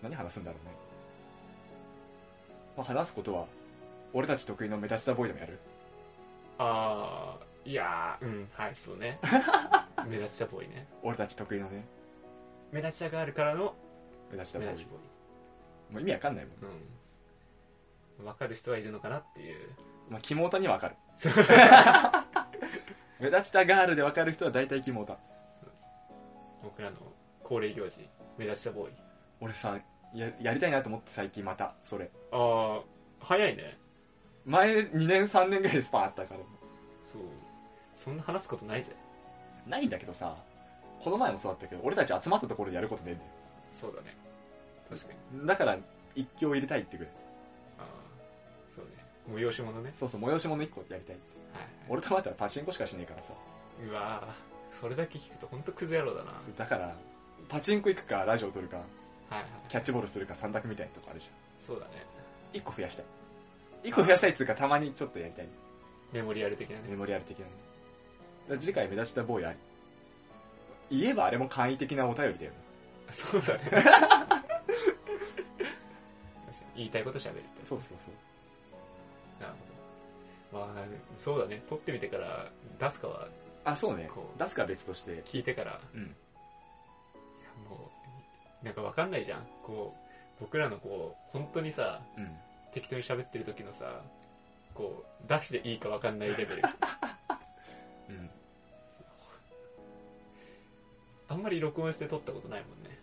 [SPEAKER 2] 何話すんだろうね。まあ話すことは、俺たち得意の目立ちたボーイでもやる。
[SPEAKER 1] あー、いやー、うん、はい、そう ね。目立ちたボーイね。
[SPEAKER 2] 俺たち得意のね、
[SPEAKER 1] 目立ちたがあるからの
[SPEAKER 2] 目立ちたボ
[SPEAKER 1] 目
[SPEAKER 2] ー
[SPEAKER 1] 立
[SPEAKER 2] イ
[SPEAKER 1] ち。ボーイ。
[SPEAKER 2] もう意味わかんないもん。
[SPEAKER 1] うん。分かる人はいるのかなって いう
[SPEAKER 2] まあ、キモータにはわかる。目立ちたガールでわかる人は大体キモータ。
[SPEAKER 1] 僕らの恒例行事目立ちたボーイ
[SPEAKER 2] 俺さ、や、やりたいなと思って最近また、それ。
[SPEAKER 1] ああ早いね
[SPEAKER 2] 前2年3年ぐらいスパンあったから。
[SPEAKER 1] そうそんな話すことないぜ
[SPEAKER 2] ないんだけどさ、この前もそうだったけど、俺たち集まったところでやることねえんだよ。
[SPEAKER 1] そうだね確かに
[SPEAKER 2] だから、一興入れたいってくれ。
[SPEAKER 1] ああそうね催し物ね
[SPEAKER 2] そうそう、催し物1個やりたい。
[SPEAKER 1] はい
[SPEAKER 2] 俺とまったらパチンコしかしねえからさ。
[SPEAKER 1] うわーそれだけ聞くと本当クズ野郎だな
[SPEAKER 2] そうだから、パチンコ行くか、ラジオ撮るか、
[SPEAKER 1] はいはい
[SPEAKER 2] キャッチボールするか、三択みたいなとこあるじ
[SPEAKER 1] そうだね
[SPEAKER 2] ゃん。1個増やしたい。1個増やしたいっつうか、たまにちょっとやりたい。
[SPEAKER 1] メモリアル的な
[SPEAKER 2] メ
[SPEAKER 1] ね
[SPEAKER 2] モリアル的なね。だから次回目立ちたボーイあり。言えばあれも簡易的なお便りだよね。
[SPEAKER 1] そうだね確かに言いたいこと喋るって
[SPEAKER 2] そうそうそう。
[SPEAKER 1] なるほどまあそうだね撮ってみてから出すかは
[SPEAKER 2] あ、そうね
[SPEAKER 1] こ。う
[SPEAKER 2] 出すかは別として。
[SPEAKER 1] 聞いてから
[SPEAKER 2] うん。
[SPEAKER 1] もうなんかわかんないじゃんこう僕らのこう本当にさ
[SPEAKER 2] うん。
[SPEAKER 1] 適当に喋ってる時のさこう出していいかわかんないレベル
[SPEAKER 2] うん。
[SPEAKER 1] あんまり録音して撮ったことないもんね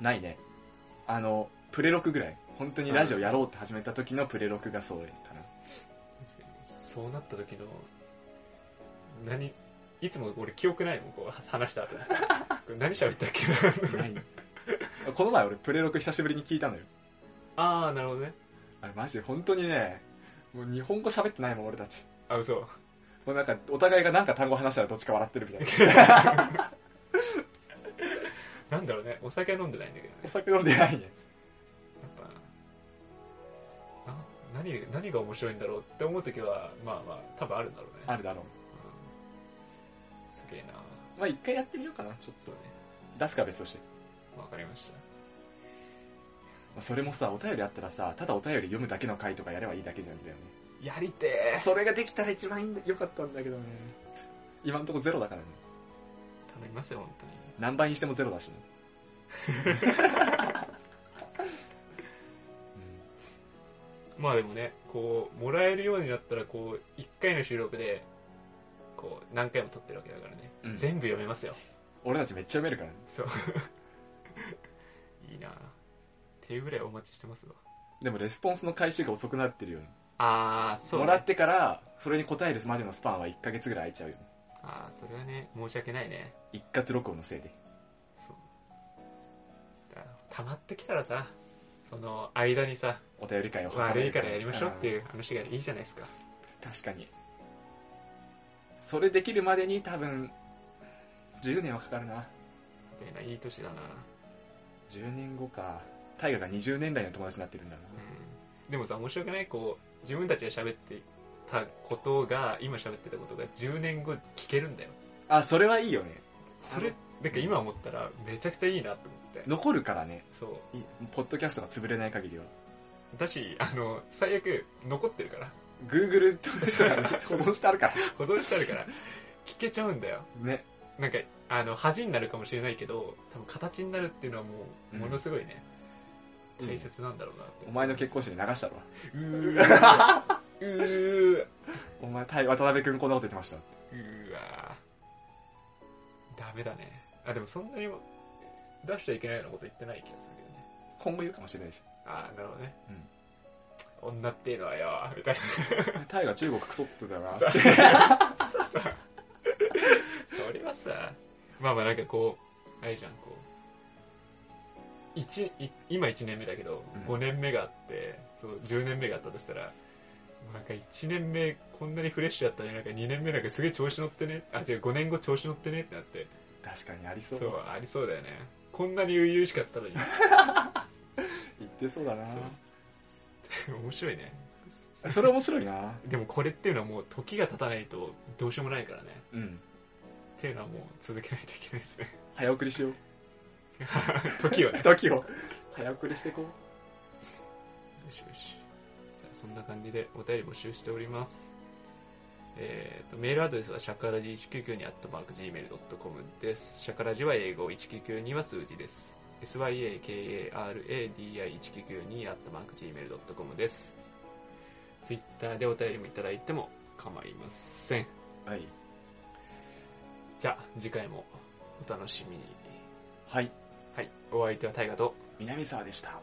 [SPEAKER 2] ないね。あの、プレ録ぐらい。本当にラジオやろうって始めた時のプレ録がそれかな。
[SPEAKER 1] そうなった時の何いつも俺記憶ないもんこう話した後にさこれ何喋ったっけな
[SPEAKER 2] ない。 この前俺プレ録久しぶりに聞いたのよ。
[SPEAKER 1] ああなるほどね
[SPEAKER 2] あれマジで本当にね、もう日本語喋ってないもん俺たち。
[SPEAKER 1] あ嘘
[SPEAKER 2] もうなんかお互いがなんか単語話したらどっちか笑ってるみたいな。
[SPEAKER 1] なんだろうねお酒は飲んでないんだけどね
[SPEAKER 2] お酒飲んでないね。
[SPEAKER 1] やっぱな何何が面白いんだろうって思う時はまあまあ多分あるんだろうね
[SPEAKER 2] あるだろ
[SPEAKER 1] う
[SPEAKER 2] う。
[SPEAKER 1] んすげえな
[SPEAKER 2] まあ一回やってみようかな。ちょっ
[SPEAKER 1] そうね
[SPEAKER 2] と。出すかは別として。
[SPEAKER 1] わかりました
[SPEAKER 2] それもさ、お便りあったらさ、ただお便り読むだけの回とかやればいいだけじゃんだよね。
[SPEAKER 1] やりてえ
[SPEAKER 2] それができたら一番いいんだよかったんだけどね。今んとこゼロだからね。
[SPEAKER 1] 頼みますよ本当に
[SPEAKER 2] 何倍にしてもゼロだ しね。
[SPEAKER 1] まあでもねこうもらえるようになったらこう1回の収録でこう何回も撮ってるわけだからね、
[SPEAKER 2] うん
[SPEAKER 1] 全部読めますよ
[SPEAKER 2] 俺たちめっちゃ読めるからね。
[SPEAKER 1] そう いいなっていうぐらいお待ちしてますわ
[SPEAKER 2] でもレスポンスの開始が遅くなってるよね。
[SPEAKER 1] ああそう、
[SPEAKER 2] も
[SPEAKER 1] ね、
[SPEAKER 2] らってから、それに答えるまでのスパンは1ヶ月ぐらい空いちゃうよね。
[SPEAKER 1] ああそれはね申し訳ないね
[SPEAKER 2] 一括録音のせいで。
[SPEAKER 1] そうだ溜まってきたらさその間にさ
[SPEAKER 2] お便り会を挟
[SPEAKER 1] 悪
[SPEAKER 2] め
[SPEAKER 1] いからやりましょうっていう話がいいじゃないですか
[SPEAKER 2] 確かに。それできるまでに多分、10年はかかるな。
[SPEAKER 1] やべえないい年だな
[SPEAKER 2] 10年後か。大河が20年代の友達になってるんだな。
[SPEAKER 1] うんでもさ面白くないこう自分たちが喋ってたことが今喋ってたことが10年後聞けるんだよ
[SPEAKER 2] あ、それはいいよね。
[SPEAKER 1] それなんか今思ったらめちゃくちゃいいなと思って
[SPEAKER 2] 残るからね。
[SPEAKER 1] そう
[SPEAKER 2] いいポッドキャストが潰れない限りは。
[SPEAKER 1] だしあの最悪残ってるから
[SPEAKER 2] Google とかに保存してあるから。
[SPEAKER 1] 保存してあるから聞けちゃうんだよ
[SPEAKER 2] ね。
[SPEAKER 1] なんかあの恥になるかもしれないけど多分形になるっていうのはもう
[SPEAKER 2] うん
[SPEAKER 1] ものすごいね、
[SPEAKER 2] うん
[SPEAKER 1] 大切なんだろうなって
[SPEAKER 2] お前の結婚式に流したろ。
[SPEAKER 1] うーわうーわ
[SPEAKER 2] お前、対渡辺くんこんなこと言ってました。
[SPEAKER 1] うーわダメだねあでもそんなにも出しちゃいけないようなこと言ってない気がするけどね
[SPEAKER 2] 今後言うかもしれないし。
[SPEAKER 1] ああなるほどね、女っていうのはよみたい
[SPEAKER 2] タイが中国クソっつってたよ な
[SPEAKER 1] な。さそうそうそれはさまあまあなんかこうあれじゃんこう一い今1年目だけど
[SPEAKER 2] うん
[SPEAKER 1] 5年目があって、そう10年目があったとしたらなんか1年目こんなにフレッシュだったのになんか2年目なんかすげえ調子乗ってねあ違う5年後調子乗ってねってなって
[SPEAKER 2] 確かにありそ。
[SPEAKER 1] そううありそうだよねこんなに初々しかったのに
[SPEAKER 2] 言ってそうだな。
[SPEAKER 1] 面白いね
[SPEAKER 2] それ面白いな。
[SPEAKER 1] でもこれっていうのはもう時が経たないとどうしようもないからね
[SPEAKER 2] うん。
[SPEAKER 1] っていうのはもう続けないといけないですね
[SPEAKER 2] 早送りしよう。
[SPEAKER 1] 時をね
[SPEAKER 2] 時を。早送りしてこう。
[SPEAKER 1] よしよし。じゃあそんな感じでお便り募集しております。えー、と、メールアドレスはシャカラジ199にアットマーク Gmail.com です。シャカラジは英語、199は数字です。syakaradi1992 アットマーク Gmail.com です。ターでお便りもいただいても構いません。
[SPEAKER 2] はい。
[SPEAKER 1] じゃあ、次回もお楽しみに。
[SPEAKER 2] はい。
[SPEAKER 1] はい、お相手は大河と、
[SPEAKER 2] 南沢でした。